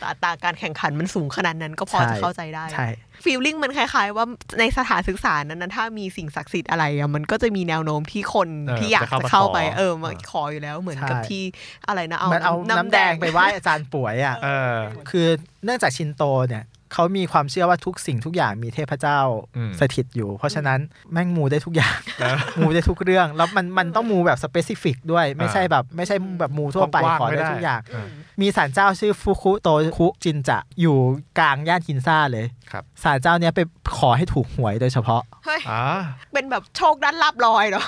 [SPEAKER 4] แต่อัตราการแข่งขันมันสูงขนาดนั้นก็พอ
[SPEAKER 2] ใช่
[SPEAKER 4] จะเข้าใจได้
[SPEAKER 2] ใช่
[SPEAKER 4] ฟีลลิ่งมันคล้ายๆว่าในสถานศึกษานั้นนะถ้ามีสิ่งศักดิ์สิทธิ์อะไรอะมันก็จะมีแนวโน้มที่คน
[SPEAKER 3] เออ
[SPEAKER 4] ที่อยาก
[SPEAKER 3] จะเข้า
[SPEAKER 4] จะ
[SPEAKER 3] มา
[SPEAKER 4] เข้าไป
[SPEAKER 3] ขอ
[SPEAKER 4] เออมาขออยู่แล้วเหมือนกับที่อะไรนะเอา
[SPEAKER 2] เหมันเอาน้ำแดงไปไหว้อาจารย์ป่วยอ่ะ
[SPEAKER 3] เออ
[SPEAKER 2] คือเนื่องจากชินโตเนี่ยเขามีความเชื่อว่าทุกสิ่งทุกอย่างมีเทพเจ้า
[SPEAKER 3] อืม
[SPEAKER 2] สถิตอยู่ เพราะฉะนั้นแม่งมูได้ทุก อย่าง มูได้ทุกเรื่อง แล้วมันมันต้องมูแบบสเปซิฟิกด้วยไม่ใช่แบบไม่ใช่แบบมูทั่วไป
[SPEAKER 3] กว้างๆ
[SPEAKER 2] ขอ
[SPEAKER 3] ม่
[SPEAKER 2] ได้ทุกอย่าง
[SPEAKER 3] เ
[SPEAKER 2] มีศาลเจ้าชื่อฟุคุโตคุจินจะอยู่กลางย่านกินซ่าเลย
[SPEAKER 3] ครับ
[SPEAKER 2] ศาลเจ้าเนี้ยไปขอให้ถูกหวยโดยเฉพาะ
[SPEAKER 4] เฮ้ย
[SPEAKER 3] อ่า
[SPEAKER 4] เป็นแบบโชคด้านลาบลอยเหรอ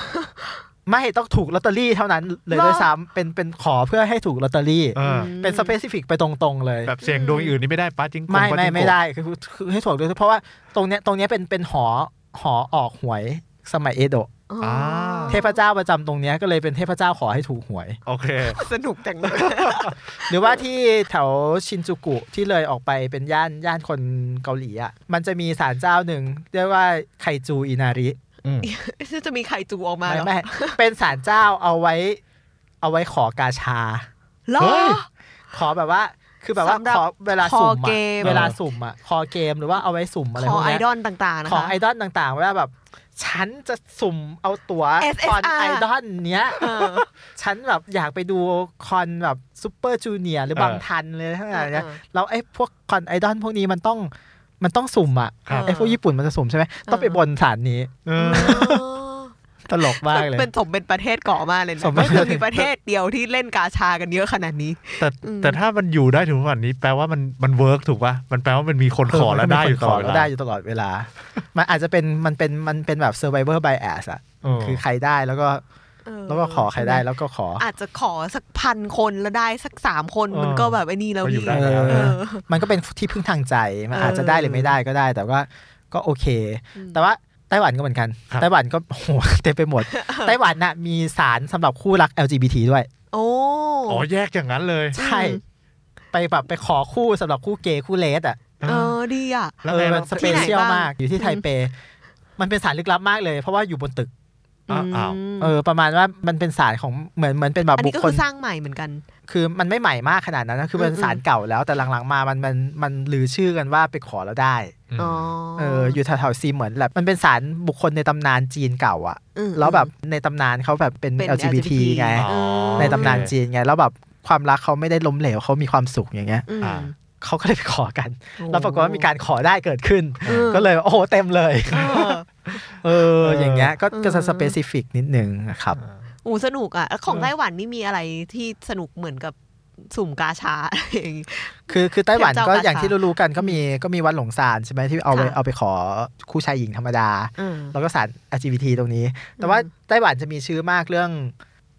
[SPEAKER 2] ไม่ต้องถูกลอตเตอรี่เท่านั้นเลย
[SPEAKER 4] หรอ
[SPEAKER 2] ด้วยซ้ำเป็นเป็นขอเพื่อให้ถูกลอตเตอรี่
[SPEAKER 3] เออ
[SPEAKER 2] เป็นสเปซิฟิกไปตรงๆเลย
[SPEAKER 3] แบบเสียงดวงอื่นนี่ไม่ได้ป้าจิงโกง
[SPEAKER 2] ไม่
[SPEAKER 3] ปา
[SPEAKER 2] ไม่
[SPEAKER 3] จิงโกง
[SPEAKER 2] ไม่ได้คือคือให้ถูกด้วยเพราะว่าตรงเนี้ยตรงเนี้ยเป็นเป็นหอหอออกหวยสมัยเอโดะ
[SPEAKER 4] อ๋อ
[SPEAKER 3] าว
[SPEAKER 2] เทพเจ้าประจำตรงเนี้ยก็เลยเป็นเทพเจ้าขอให้ถูกหวย
[SPEAKER 3] โอเค
[SPEAKER 4] สนุกจังเลย
[SPEAKER 2] หรือว่าที่แถวชินจูกุที่เลยออกไปเป็นย่านย่านคนเกาหลีอ่ะมันจะมีศาลเจ้าหนึ่งเรียกว่าไคจูอินาริ
[SPEAKER 3] อืม
[SPEAKER 4] จะมีไข่จูออกมา
[SPEAKER 2] ไม่
[SPEAKER 4] เหรอ
[SPEAKER 2] ไม่เป็นศาลเจ้าเอาไว้ เอาไว้ขอกาชา
[SPEAKER 4] เหรอ
[SPEAKER 3] เฮ้ย
[SPEAKER 2] ขอแบบว่า คือแบบว่า
[SPEAKER 4] สำหรับ
[SPEAKER 2] ขอเวลาสุ่ม
[SPEAKER 4] คอเก
[SPEAKER 2] อะ
[SPEAKER 4] ม
[SPEAKER 2] เวลาสุ่มอะคอเกมหรือว่าเอาไว้สุ่มอะไร
[SPEAKER 4] ข
[SPEAKER 2] พ
[SPEAKER 4] อ
[SPEAKER 2] วก
[SPEAKER 4] ไอ
[SPEAKER 2] เนี้ย
[SPEAKER 4] ดอลต่างๆนะ
[SPEAKER 2] ขอ
[SPEAKER 4] คะ
[SPEAKER 2] ไอดอลต่างๆว่าแบบ ฉันจะสุ่มเอาตั๋ว
[SPEAKER 4] SSR
[SPEAKER 2] คอนไอดอลเนี้ย
[SPEAKER 4] เออ
[SPEAKER 2] ฉันแบบอยากไปดูคอนแบบซูเปอร์จูเนียร์หรือ
[SPEAKER 3] เออ
[SPEAKER 2] บางทันเลยทั้งหลายเนี่ย
[SPEAKER 4] เออเออ
[SPEAKER 2] แล้วไอ้พวกคอนไอดอลพวกนี้มันต้องมันต้องสุ่มอ่ะ
[SPEAKER 3] ครับ
[SPEAKER 2] ไอ้พวกญี่ปุ่นมันจะสุ่มใช่ไหมต้องไปบนสารนี้
[SPEAKER 3] เออ
[SPEAKER 2] ตลกมากเลย
[SPEAKER 4] เป็นสมเป็นประเทศเกาะมากเลยนะ
[SPEAKER 2] สมเป็
[SPEAKER 4] ไม่
[SPEAKER 2] น
[SPEAKER 4] เคยมีประเทศเดียวที่เล่นกาชากันเยอะขนาดนี้
[SPEAKER 3] แต่
[SPEAKER 4] อืม
[SPEAKER 3] แต่ถ้ามันอยู่ได้ถึงวันนี้แปลว่ามันมันเวิร์กถูกป่ะ มันแปลว่ามันมีคนขอและได้อยู่ต
[SPEAKER 2] ข
[SPEAKER 3] ลอ
[SPEAKER 2] อ
[SPEAKER 3] ดเว
[SPEAKER 2] แล้ว
[SPEAKER 3] ลา
[SPEAKER 2] ได้อยู่ตลอดเวลา มันอาจจะเป็นมันเป็นมันเป็นแบบ survivor bias อ่ะ
[SPEAKER 3] เออ
[SPEAKER 2] คือใครได้แล้วก็
[SPEAKER 4] เออ
[SPEAKER 2] แล้วก็ขอใครได้แล้วก็ขอ
[SPEAKER 4] อาจจะขอสักพันคนแล้วได้สักสามคน
[SPEAKER 3] เออ
[SPEAKER 4] มันก็แบบไอ้นี่แล้ว
[SPEAKER 3] ก็อยู่
[SPEAKER 4] พี่
[SPEAKER 3] ได้
[SPEAKER 2] แล้ว
[SPEAKER 4] เออ
[SPEAKER 2] มันก็เป็นที่พึ่งทางใจมัน
[SPEAKER 4] เอออ
[SPEAKER 2] อาจจะได้หรือไม่ได้ก็ได้ แต่ว่าก็โอเค แต่ว่าไต้หวันก็เหมือนกัน
[SPEAKER 3] ครับ
[SPEAKER 2] ไต้หวันก็โอ้โหเต็มไป หมด ไต้หวันน่ะมีศาลสำหรับคู่รัก LGBT ด้วย
[SPEAKER 4] โอ้
[SPEAKER 3] อ๋อแยกอย่างนั้นเลย
[SPEAKER 2] ใช่
[SPEAKER 4] อืม
[SPEAKER 2] ไปแบบไปขอคู่สำหรับคู่เกย์คู่เลสอ่ะ
[SPEAKER 4] เออดีอ่ะ
[SPEAKER 3] แล้ว
[SPEAKER 2] เออ
[SPEAKER 3] ไง
[SPEAKER 2] มันสเป
[SPEAKER 4] ที่ไหน
[SPEAKER 2] เชียล
[SPEAKER 4] บ้าง
[SPEAKER 2] มากอยู่ที่ไทเป มันเป็นศาลลึกลับมากเลย เพราะว่าอยู่บนตึก
[SPEAKER 3] อ้าวอ้าว
[SPEAKER 4] ม
[SPEAKER 2] เออประมาณว่ามันเป็นศาลของเหมือนเหมือนเป็นแบบ
[SPEAKER 4] อัน
[SPEAKER 2] บุ
[SPEAKER 4] นี้
[SPEAKER 2] ค
[SPEAKER 4] ก็
[SPEAKER 2] ค
[SPEAKER 4] คื
[SPEAKER 2] ล
[SPEAKER 4] อสร้างใหม่เหมือนกัน
[SPEAKER 2] คือมันไม่ใหม่มากขนาดนั้นนะคือเป็น
[SPEAKER 4] อืม
[SPEAKER 2] ศาลเก่าแล้วแต่หลังๆมามันมันมันลือชื่อกันว่าไปขอแล้วได้
[SPEAKER 4] อ๋อ
[SPEAKER 2] เอออยู่แถวๆซีเหมือนแหละมันเป็นศาลบุคคลในตำนานจีนเก่าอะ
[SPEAKER 4] อืม
[SPEAKER 2] แล้วแบบในตำนานเขาแบบเป็น
[SPEAKER 4] เป็น
[SPEAKER 2] LGBT ไง
[SPEAKER 3] อ๋อ
[SPEAKER 2] ในตำนาน
[SPEAKER 3] โอเค
[SPEAKER 2] จีนไง แล้วแบบความรักเขาไม่ได้ล้มเหลวเขามีความสุขอย่างเงี้ย
[SPEAKER 4] อืม
[SPEAKER 3] อ่า
[SPEAKER 2] เขาก็เลยไปขอกัน แล้วปรากฏว่ามีการขอได้เกิดขึ้น
[SPEAKER 4] ออ
[SPEAKER 2] ก็เลยโอ้โหเต็มเลย
[SPEAKER 4] เออ
[SPEAKER 2] เออ
[SPEAKER 3] เอออ
[SPEAKER 2] อย่างเงี้ยก็
[SPEAKER 4] เออ
[SPEAKER 2] ก็จะสเปซิฟิกนิดนึงนะครับ
[SPEAKER 4] อูสนุกอ่ะแล้วของ
[SPEAKER 2] เออ
[SPEAKER 4] ไต้หวันนี่มีอะไรที่สนุกเหมือนกับสุ่มกาชา อะไรอย่างงี้
[SPEAKER 2] คือคือไต้หวัน
[SPEAKER 4] เจ้า
[SPEAKER 2] ก็
[SPEAKER 4] กาชา
[SPEAKER 2] อย่างที่รู้ๆกันก็มีก็มีวัดหลงซานใช่ไหมที่เอาไป
[SPEAKER 4] ค่ะ
[SPEAKER 2] เอาไปขอคู่ชายหญิงธรรมดา
[SPEAKER 4] อืม
[SPEAKER 2] แล้วก็ศาล LGBT ตรงนี้ แต่ว่า
[SPEAKER 4] อืม
[SPEAKER 2] ไต้หวันจะมีชื่อมากเรื่อง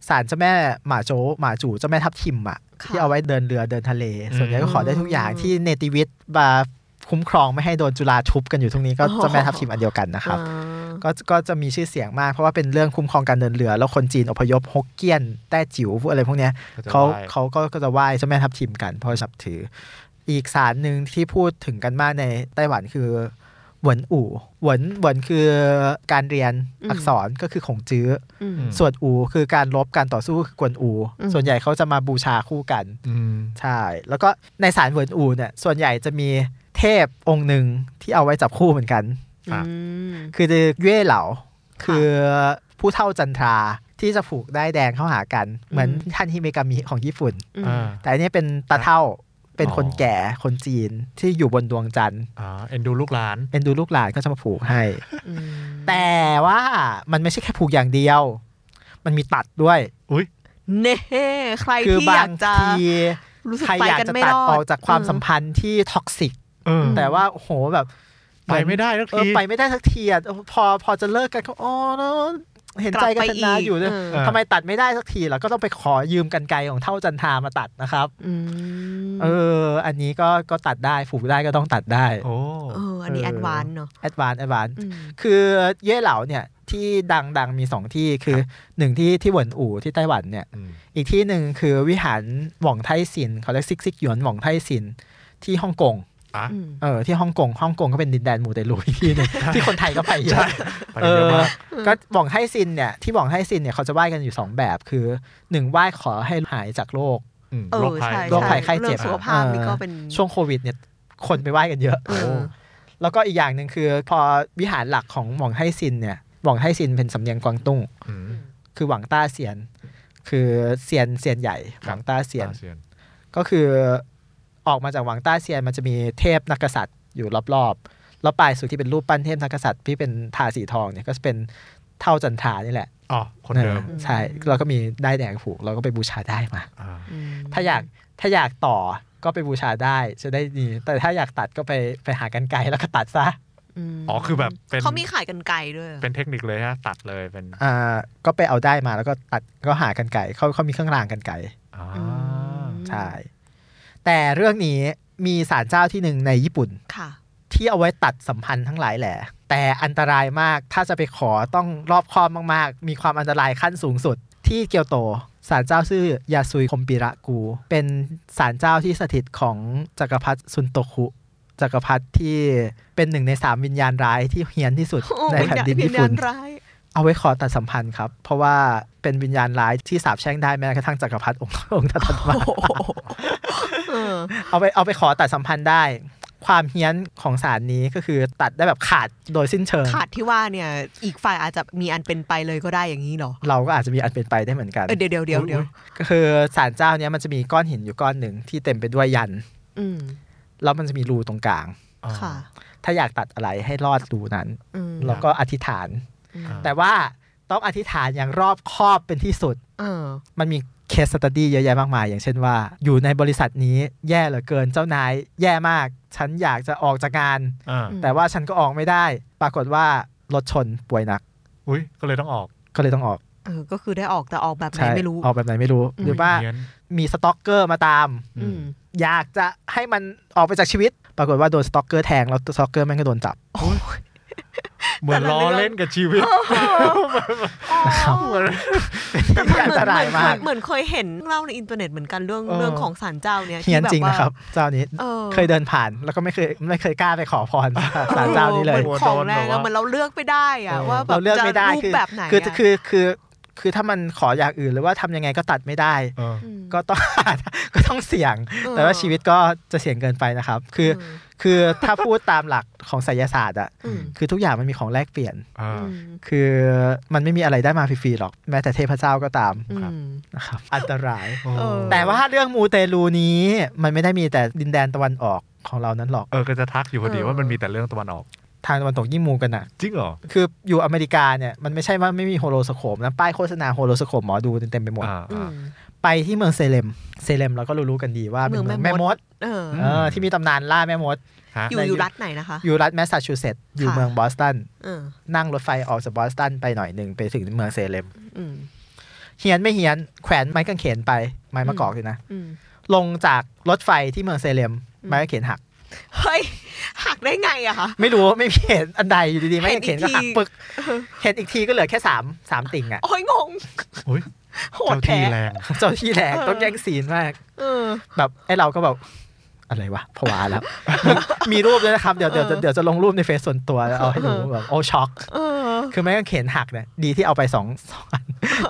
[SPEAKER 2] ศาลเจ้าแม่หมาโจหมาจู่เจ้าแม่ทับทิมอ่ะ
[SPEAKER 4] ค่ะ
[SPEAKER 2] ที่เอาไว้เดินเรือเดินทะเล ส่วนใหญ่ก็ขอได้ทุกอย่าง
[SPEAKER 4] อืม
[SPEAKER 2] ที่เนติวิทย์มาคุ้มครองไม่ให้โดนจุฬาทุบกันอยู่ตรงนี้ก็
[SPEAKER 4] อ๋อ
[SPEAKER 2] เจ้าแม่ทับทิมอันเดียวกันนะครับ
[SPEAKER 4] อ่า
[SPEAKER 2] ก็ก็จะมีชื่อเสียงมากเพราะว่าเป็นเรื่องคุ้มครองการเดินเรือ แล้วคนจีนอพยพฮกเกี้ยนแต้จิ๋วพวกอะไรพวกเนี้ยเขาเขาก็ก็จะไหว้เจ้าแม่ทับทิมกันเพราะนับถือ อีกศาลหนึ่งที่พูดถึงกันมากในไต้หวันคือหวนอู่หวนหวนคือการเรียนอักษรก็คือของจื้อ
[SPEAKER 4] อืม
[SPEAKER 2] อส่วนอู่คือการลบการต่อสู้คือกวนอู่
[SPEAKER 4] อืม
[SPEAKER 2] ส่วนใหญ่เขาจะมาบูชาคู่กัน
[SPEAKER 3] อืม
[SPEAKER 2] ใช่ แล้วก็ในศาลหวนอู่เนี่ยส่วนใหญ่จะมีเทพองค์หนึ่งที่เอาไว้จับคู่เหมือนกัน
[SPEAKER 4] อืม
[SPEAKER 2] คือเย่เหล่าคือผู้เท่าจันทราที่จะผูกได้ายแดงเข้าหากัน เหมือน
[SPEAKER 4] อืม
[SPEAKER 2] ท่านฮิเมกามิของญี่ปุ่น
[SPEAKER 4] อืม
[SPEAKER 3] อ่า
[SPEAKER 2] แต่อันนี้เป็นตาเท่าเป็นคน
[SPEAKER 3] อ๋อ
[SPEAKER 2] แก่คนจีนที่อยู่บนดวงจันทร์
[SPEAKER 3] อ่าเอ็นดูลูกหลาน
[SPEAKER 2] เอ็นดูลูกหลานก็จะมาผูกให้
[SPEAKER 4] อืม
[SPEAKER 2] แต่ว่ามันไม่ใช่แค่ผูกอย่างเดียว มันมีตัดด้วย
[SPEAKER 3] อุ้ย
[SPEAKER 4] เน่ใคร
[SPEAKER 2] คื
[SPEAKER 4] ที่อ
[SPEAKER 2] อาย
[SPEAKER 4] บาง กจะ
[SPEAKER 2] ที
[SPEAKER 4] รู้สึก
[SPEAKER 2] ใคร
[SPEAKER 4] ไป
[SPEAKER 2] อยาก
[SPEAKER 4] กัน
[SPEAKER 2] จะ
[SPEAKER 4] ไม่
[SPEAKER 2] ตั
[SPEAKER 4] ร
[SPEAKER 2] ด
[SPEAKER 4] อด
[SPEAKER 2] ออกจากความสัม
[SPEAKER 4] เอ
[SPEAKER 2] พันธ์ที่ท็อกซิก
[SPEAKER 3] เออ
[SPEAKER 2] แต่ว่าโอ้โหแบบเห
[SPEAKER 3] ไป
[SPEAKER 2] มือน
[SPEAKER 3] ไม่ได้สัก
[SPEAKER 2] เออ
[SPEAKER 3] ที
[SPEAKER 2] ไปไม่ได้สักทีอ่ะพอพอจะเลิกกันก็อ๋อเนอะเห็นใจกัน
[SPEAKER 4] กลับไป
[SPEAKER 2] นา
[SPEAKER 4] อีก
[SPEAKER 2] อยู่เนี่ย
[SPEAKER 4] เออ
[SPEAKER 2] ทำไมตัดไม่ได้สักทีเราก็ต้องไปขอยืมกันไกลของเท่าจันทรามาตัดนะครับ
[SPEAKER 4] ออืม
[SPEAKER 2] เออ อันนี้ก็ก็ตัดได้ผูกได้ก็ต้องตัดได้
[SPEAKER 3] โอ้
[SPEAKER 4] เออ อันนี้แอดวานซ์เนาะ
[SPEAKER 2] แอดวานแอดวาน
[SPEAKER 4] อืม
[SPEAKER 2] คือเย่เหล่าเนี่ยที่ดังดังมีสองที่คือหนึ่งที่ที่เหวินอู่ที่ไต้หวันเนี่ย อีกที่หนึ่งคือวิหารหว่องไทซินเขาเรียกซิกซิกหยวนหว่องไทซินที่ฮ่องกง
[SPEAKER 3] อ่ะ
[SPEAKER 4] อืม
[SPEAKER 2] เออที่ฮ่องกงฮ่องกงก็เป็นดินแดนมูเตลูอีกที่หนึงที่คนไทยก็ไปเยอะ
[SPEAKER 3] ไปเยอะมาก
[SPEAKER 4] อืม
[SPEAKER 2] ก็หว่องไห้ซินเนี่ยที่หว่องไห้ซินเนี่ยเขาจะไหว้กันอยู่ 2 แบบคือหนึ่งไหว้ขอให้หายจากโรค
[SPEAKER 3] ม
[SPEAKER 4] เอ
[SPEAKER 3] โร
[SPEAKER 4] อ
[SPEAKER 3] คภัย
[SPEAKER 4] ใช่
[SPEAKER 2] โรคภัยไข้เจ็บ
[SPEAKER 4] รื่องสุขภาพ
[SPEAKER 2] เออ
[SPEAKER 4] นี่ก็เป็น
[SPEAKER 2] ช่วงโควิดเนี่ยคนไปไหว้กันเยอะ
[SPEAKER 4] เออ
[SPEAKER 2] แล้วก็อีกอย่างหนึ่งคือ พอวิหารหลักของหว่องไห้ซินเนี่ยหว่องไห้ซินเป็นสำเนียงกวางตุ้ง
[SPEAKER 3] อืม
[SPEAKER 2] คือหวังต้าเซียน คือเซียนเซียนใหญ่หวังต้าเซียน
[SPEAKER 3] อาเซียน
[SPEAKER 2] ก็คือออกมาจากหวังต้าเซียนมันจะมีเทพนักกษัตริย์อยู่รอบๆแล้วปลายสุดที่เป็นรูปปั้นเทพนักกษัตริย์ที่เป็นทาสีทองเนี่ยก็จะเป็นเท่าจันทรานี่แหละ
[SPEAKER 3] อ๋อ คนเดิม
[SPEAKER 2] ออใช่เราก็มีได้ายแดงผูกเราก็ไปบูชาได้มา
[SPEAKER 3] อ่า
[SPEAKER 4] อืม
[SPEAKER 2] ถ้าอยากถ้าอยากต่อก็ไปบูชาได้จะได้ดี แต่ถ้าอยากตัดก็ไปไปหากันไกลแล้วก็ตัดซะ
[SPEAKER 4] ม
[SPEAKER 3] อ๋อ คือแบบเป็น
[SPEAKER 4] เขามีขายกันไกลด้วยเหรอ
[SPEAKER 3] เป็นเทคนิคเลยฮะ ตัดเลยเป็น
[SPEAKER 2] อ่าก็ไปเอาได้มาแล้วก็ตัดก็หากันไกลเขาเขามีเครื่องรางกันไกล
[SPEAKER 3] อ่า
[SPEAKER 4] อืม
[SPEAKER 2] ใช่ แต่เรื่องนี้มีศาลเจ้าที่หนึ่งในญี่ปุ่น
[SPEAKER 4] ค่ะ
[SPEAKER 2] ที่เอาไว้ตัดสัมพันธ์ทั้งหลายแหละแต่อันตรายมากถ้าจะไปขอต้องรอบคอบมากๆ มีความอันตรายขั้นสูงสุด ที่เกียวโตศาลเจ้าชื่อยาซุยคมปิระกู เป็นศาลเจ้าที่สถิตของจักรพรรดิซุนโตคุ จักรพรรดิที่เป็นหนึ่งในสามวิญญาณร้ายที่เฮี้ยนที่สุด
[SPEAKER 4] โอ้
[SPEAKER 2] ในแผ่นดินญี่ปุ่น
[SPEAKER 4] วิญญาณร้าย
[SPEAKER 2] เอาไว้ขอตัดสัมพันธ์ครับ เพราะว่าเป็นวิญญาณร้ายที่สาบแช่งได้แม้กระทั่งจักรพรรดิองค์ องค์ถัดมา
[SPEAKER 4] เออ
[SPEAKER 2] เอาไปเอาไปขอตัดสัมพันธ์ได้ ความเฮี้ยนของสารนี้ก็คือตัดได้แบบขาดโดยสิ้นเชิง
[SPEAKER 4] ขาดที่ว่าเนี่ย อีกฝ่ายอาจจะมีอันเป็นไปเลยก็ได้อย่างนี้เหรอ
[SPEAKER 2] เราก็อาจจะมีอันเป็นไปได้เหมือนกัน
[SPEAKER 4] เออเดี๋ยวเดี๋ยวเดี๋ยวเดี๋ยว
[SPEAKER 2] ก็คือสารเจ้าเนี้ยมันจะมีก้อนหินอยู่ก้อนหนึ่งที่เต็มไปด้วยยัน
[SPEAKER 4] อืม
[SPEAKER 2] แล้วมันจะมีรูตรงกลาง
[SPEAKER 3] อ่า
[SPEAKER 4] ค่ะ
[SPEAKER 2] ถ้าอยากตัดอะไรให้รอดรูนั้น
[SPEAKER 4] อืม
[SPEAKER 2] แล้วก็อธิษฐาน
[SPEAKER 3] อ่า
[SPEAKER 2] แต่ว่าต้องอธิษฐานอย่างรอบคอบเป็นที่สุด
[SPEAKER 4] เออ
[SPEAKER 2] มันมีเคสตัดดี้เยอะแยะมากมาย อย่างเช่นว่า อยู่ในบริษัทนี้แย่เหลือเกินเจ้านายแย่มาก ฉันอยากจะออกจากงาน
[SPEAKER 3] อ่า
[SPEAKER 4] อืม
[SPEAKER 2] แต่ว่าฉันก็ออกไม่ได้ ปรากฏว่ารถชนป่วยหนัก
[SPEAKER 3] อุ้ย ก็เลยต้องออก
[SPEAKER 2] ก็เลยต้องออก
[SPEAKER 4] เออก็คือได้ออกแต่ออกแบบไหน
[SPEAKER 2] ใช่
[SPEAKER 4] ไม่รู้
[SPEAKER 2] ออกแบบไหนไม่รู้
[SPEAKER 4] อืม
[SPEAKER 2] หรือว่า
[SPEAKER 3] เนียน
[SPEAKER 2] มีสต็อกเกอร์มาตาม
[SPEAKER 4] อืม
[SPEAKER 2] อยากจะให้มันออกไปจากชีวิต ปรากฏว่าโดนสต็อกเกอร์แทงแล้วสต็อกเกอร์แม่งก็โดนจับ
[SPEAKER 3] เหมือนล้อเล่นกับชีวิต
[SPEAKER 2] นะครับ
[SPEAKER 4] อ๋อ
[SPEAKER 2] เป็นที่อันตรายมาก
[SPEAKER 4] เหมือนเหมือนเคยเห็นเล่าในอินเทอร์เน็ตเหมือนกันเรื่อง
[SPEAKER 2] เออ
[SPEAKER 4] เรื่องของศาลเจ้าเนี่ย
[SPEAKER 2] เฮียนจริงนะครับ เจ้านี้
[SPEAKER 4] เออ
[SPEAKER 2] เคยเดินผ่านแล้วก็ไม่เคยไม่เคยกล้าไปขอพ รศาลเจ้านี้เลย
[SPEAKER 4] หมือของแรงอะเหมือนเราเลือกไม่ได้อะ
[SPEAKER 3] เออ
[SPEAKER 4] ว่าแบบ
[SPEAKER 2] เราเลือกไม่ได้
[SPEAKER 4] จะรูป
[SPEAKER 2] คือ
[SPEAKER 4] แบบไหน
[SPEAKER 2] คือ
[SPEAKER 4] อะ
[SPEAKER 2] คือคือคือถ้ามันขออย่างอื่นหรือว่าทำยังไงก็ตัดไม่ได้
[SPEAKER 3] เออ
[SPEAKER 4] ม
[SPEAKER 2] ก็ต้อง ก็ต้องเสี่ยง
[SPEAKER 4] เออ
[SPEAKER 2] แต่ว่าชีวิตก็จะเสี่ยงเกินไปนะครับ คืออคือถ้าพูดตามหลักของไสยศาสตร์อ่ะ
[SPEAKER 4] อืม
[SPEAKER 2] คือทุกอย่างมันมีของแลกเปลี่ยน
[SPEAKER 3] อ่า
[SPEAKER 4] อืม
[SPEAKER 2] คือมันไม่มีอะไรได้มาฟรีๆหรอกแม้แต่เทพเจ้าก็ตาม
[SPEAKER 4] อื
[SPEAKER 3] ครับ
[SPEAKER 4] ม
[SPEAKER 2] นะครับ อันตราย
[SPEAKER 3] โอ้
[SPEAKER 4] เออ
[SPEAKER 2] แต่ว่าเรื่องมูเตลูนี้มันไม่ได้มีแต่ดินแดนตะวันออกของเรานั้นหรอก
[SPEAKER 3] เออก็จะทักอยู่พอดี
[SPEAKER 4] เออ
[SPEAKER 3] ว่ามันมีแต่เรื่องตะวันออก
[SPEAKER 2] ทางตะวันตกยิ่งมูกันอ่ะ
[SPEAKER 3] จริงเหรอ
[SPEAKER 2] คืออยู่อเมริกาเนี่ยมันไม่ใช่ว่าไม่มีโฮโลสโคปนะป้ายโฆษณาโฮโลสโคปหมอดูเต็มๆไปหมด
[SPEAKER 3] อ่า
[SPEAKER 4] อืม
[SPEAKER 3] อ่า
[SPEAKER 2] ไปที่เมืองเซเลมเซเลมเราก็รู้ๆกันดีว่าเป็น
[SPEAKER 4] เมื
[SPEAKER 2] เมือง ง
[SPEAKER 4] อแม่
[SPEAKER 2] แม่
[SPEAKER 4] ม
[SPEAKER 2] ม
[SPEAKER 4] ด
[SPEAKER 2] ด
[SPEAKER 4] เออ
[SPEAKER 2] เออที่มีตำนานล่าแม่มด
[SPEAKER 3] ฮะ
[SPEAKER 4] อยู่อยู่รัฐไหนนะคะ
[SPEAKER 2] อยู่รัฐแมสซาชูเซตส์อยู่
[SPEAKER 4] ค่ะ
[SPEAKER 2] เมืองบอสตัน
[SPEAKER 4] เออ
[SPEAKER 2] นั่งรถไฟออกจากบอสตันไปหน่อยหนึ่งไปถึงเมืองเซเลม
[SPEAKER 4] อืม
[SPEAKER 2] เฮียนไม่เฮียนแขวนไม้กางเขนไปไม้
[SPEAKER 4] อืม
[SPEAKER 2] มะกอกเลยนะ
[SPEAKER 4] อืม
[SPEAKER 2] ลงจากรถไฟที่เมืองเซเลม
[SPEAKER 4] อืม
[SPEAKER 2] ไม้กางเขนหัก
[SPEAKER 4] เฮ้ยหักได้ไงอะคะ
[SPEAKER 2] ไม่รู้ไม่มีเห็นอันใดอยู่ดีๆไม้กางเขนก็หัก
[SPEAKER 4] เห็นอีกที
[SPEAKER 2] ปึกเห็นอีกทีก็เหลือแค่สามสามติ่งอ่ะ
[SPEAKER 4] โอ้ยงง
[SPEAKER 3] โอ้ย
[SPEAKER 4] โหด
[SPEAKER 3] เจ้า
[SPEAKER 4] แท้
[SPEAKER 3] ที่แรง
[SPEAKER 2] เจ้าที่แหลกต้องแย่งซีนมาก
[SPEAKER 4] เออ
[SPEAKER 2] แบบไอ้เราก็แบบอะไรวะผวาแล้ว มีมีรูปด้วยนะครับ เดี๋ยวเดี๋ยว
[SPEAKER 4] เออ
[SPEAKER 2] เดี๋ยวจะลงรูปในเฟซส่วนตัวแล้วเอาให้ดูแบบโอ้ช็อก
[SPEAKER 4] เออ
[SPEAKER 2] คือไม่กางเขนหักเนี่ยดีที่เอาไปสองสองอัน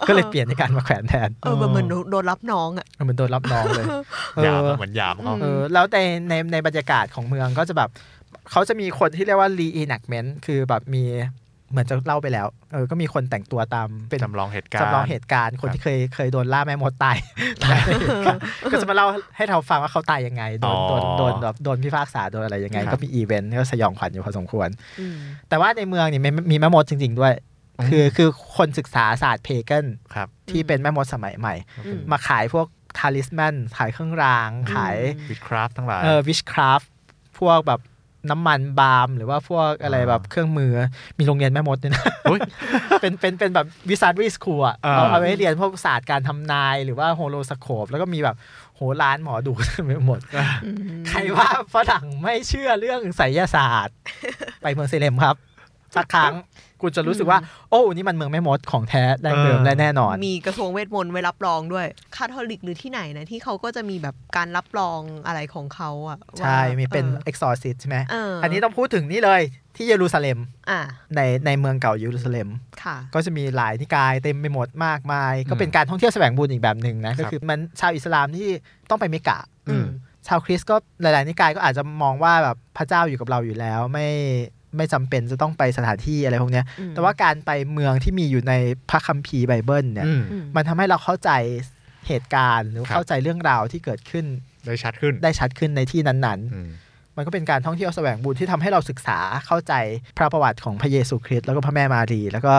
[SPEAKER 2] ก็เลยเปลี่ยนในการมาแขวนแทน
[SPEAKER 4] เออเหมือนโดนโดนรับน้องอะ
[SPEAKER 2] เหมันโดนรับน้องเลยเอ
[SPEAKER 3] หยา
[SPEAKER 2] อ
[SPEAKER 3] มอะเหมือนหยามเขา
[SPEAKER 4] ม
[SPEAKER 2] เออแล้วในในในบรรยากาศของเมืองก็จะแบบเขาจะมีคนที่เรียกว่า reenactment คือแบบมีเหมือนจะเล่าไปแล้วเออก็มีคนแต่งตัวตามเป็น
[SPEAKER 3] จำลองเหตุการณ์
[SPEAKER 2] จำลองเหตุการณ์คนที่เคยเคยโดนล่าแม่มดตายตายในเหตุ การณ์ก็จะมาเล่าให้เราฟังว่าเขาตายยังไง โดน
[SPEAKER 3] อ๋อ
[SPEAKER 2] โดนโดนแบบโดนพิพากษาโดนอะไรยังไง
[SPEAKER 3] ครับ
[SPEAKER 2] ก็มีอีเวนต์ก็สยองขวัญอยู่พอสมควร
[SPEAKER 4] อืม
[SPEAKER 2] แต่ว่าในเมืองเนี่ยมีมีแม่มดจริง ๆ ด้วย คือคือคนศึกษาศาสตร์เพเกิล
[SPEAKER 3] ครับ
[SPEAKER 2] ที่เป็นแม่มดสมัยใหม่
[SPEAKER 4] อืม
[SPEAKER 2] มาขายพวกทาลิสแมนขายเครื่องราง ขาย
[SPEAKER 3] วิดคราฟทั้งหลาย
[SPEAKER 2] เออวิชคราฟพวกแบบน้ำมันบาล์มหรือว่าพวกอะไรแบบเครื่องมือมีโรงเรียนแม่มดด้วยนะ
[SPEAKER 3] โอ้ย
[SPEAKER 2] เป็นเป็นเป็นแบบวิซาร์ดรีสคูลอ่ะ
[SPEAKER 3] อ่า
[SPEAKER 2] เราเอาไว้เรียนพวกศาสตร์การทำนายหรือว่าโฮโลสโคป แล้วก็มีแบบโหร้านหมอดู เต็มไปหมด
[SPEAKER 4] อืม
[SPEAKER 2] ใครว่าฝรั่งไม่เชื่อเรื่องไสยศาสตร์ ไปเมืองเซเลมครับ สักครั้งกูจะรู้สึกว่า โอ้ นี่มันเมืองแม่มดของแท้แดงเดิมและแน่นอน
[SPEAKER 4] มีกระทรวงเวทมนต์ไว้รับรองด้วย คาทอลิกหรือที่ไหนนะที่เขาก็จะมีแบบการรับรองอะไรของเขาอะว่า
[SPEAKER 2] ใช่ มีเป็น
[SPEAKER 4] ออ
[SPEAKER 2] exorcist ใช่ไหม
[SPEAKER 4] เอออั
[SPEAKER 2] อันนี้ต้องพูดถึงนี่เลยที่เยรูซาเล็ม
[SPEAKER 4] อ่ะ
[SPEAKER 2] ในในเมืองเก่าเยรูซาเล็ม
[SPEAKER 4] ค่ะ
[SPEAKER 2] ก็จะมีหลายนิกายเต็มไปหมดมากมาย ก็เป็นการท่องเที่ยวแสวงบุญอีกแบบหนึ่งนะ
[SPEAKER 3] ครั
[SPEAKER 2] ก็
[SPEAKER 3] บ
[SPEAKER 2] คือมันชาวอิสลามที่ต้องไปเมกะ
[SPEAKER 4] อืม
[SPEAKER 2] ชาวคริสต์ก็หลาย ๆ นิกายก็อาจจะมองว่าแบบพระเจ้าอยู่กับเราอยู่แล้ว ไม่ไม่จำเป็นจะต้องไปสถานที่อะไรพวกเนี้ย
[SPEAKER 4] อืม
[SPEAKER 2] แต่ว่าการไปเมืองที่มีอยู่ในพระคัมภีร์ไบเบิลเนี่ย
[SPEAKER 3] อืม
[SPEAKER 4] อืม
[SPEAKER 2] มันทำให้เราเข้าใจเหตุการณ์ หรือ
[SPEAKER 3] ครับ
[SPEAKER 2] เข้าใจเรื่องราวที่เกิดขึ้น
[SPEAKER 3] ได้ชัดขึ้น
[SPEAKER 2] ได้ชัดขึ้นในที่นั้น
[SPEAKER 3] อืม
[SPEAKER 2] ๆ มันก็เป็นการท่องเที่ยวแสวงบุญที่ทำให้เราศึกษาเข้าใจพระประวัติของพระเยซูคริสต์แล้วก็พระแม่มารีแล้วก็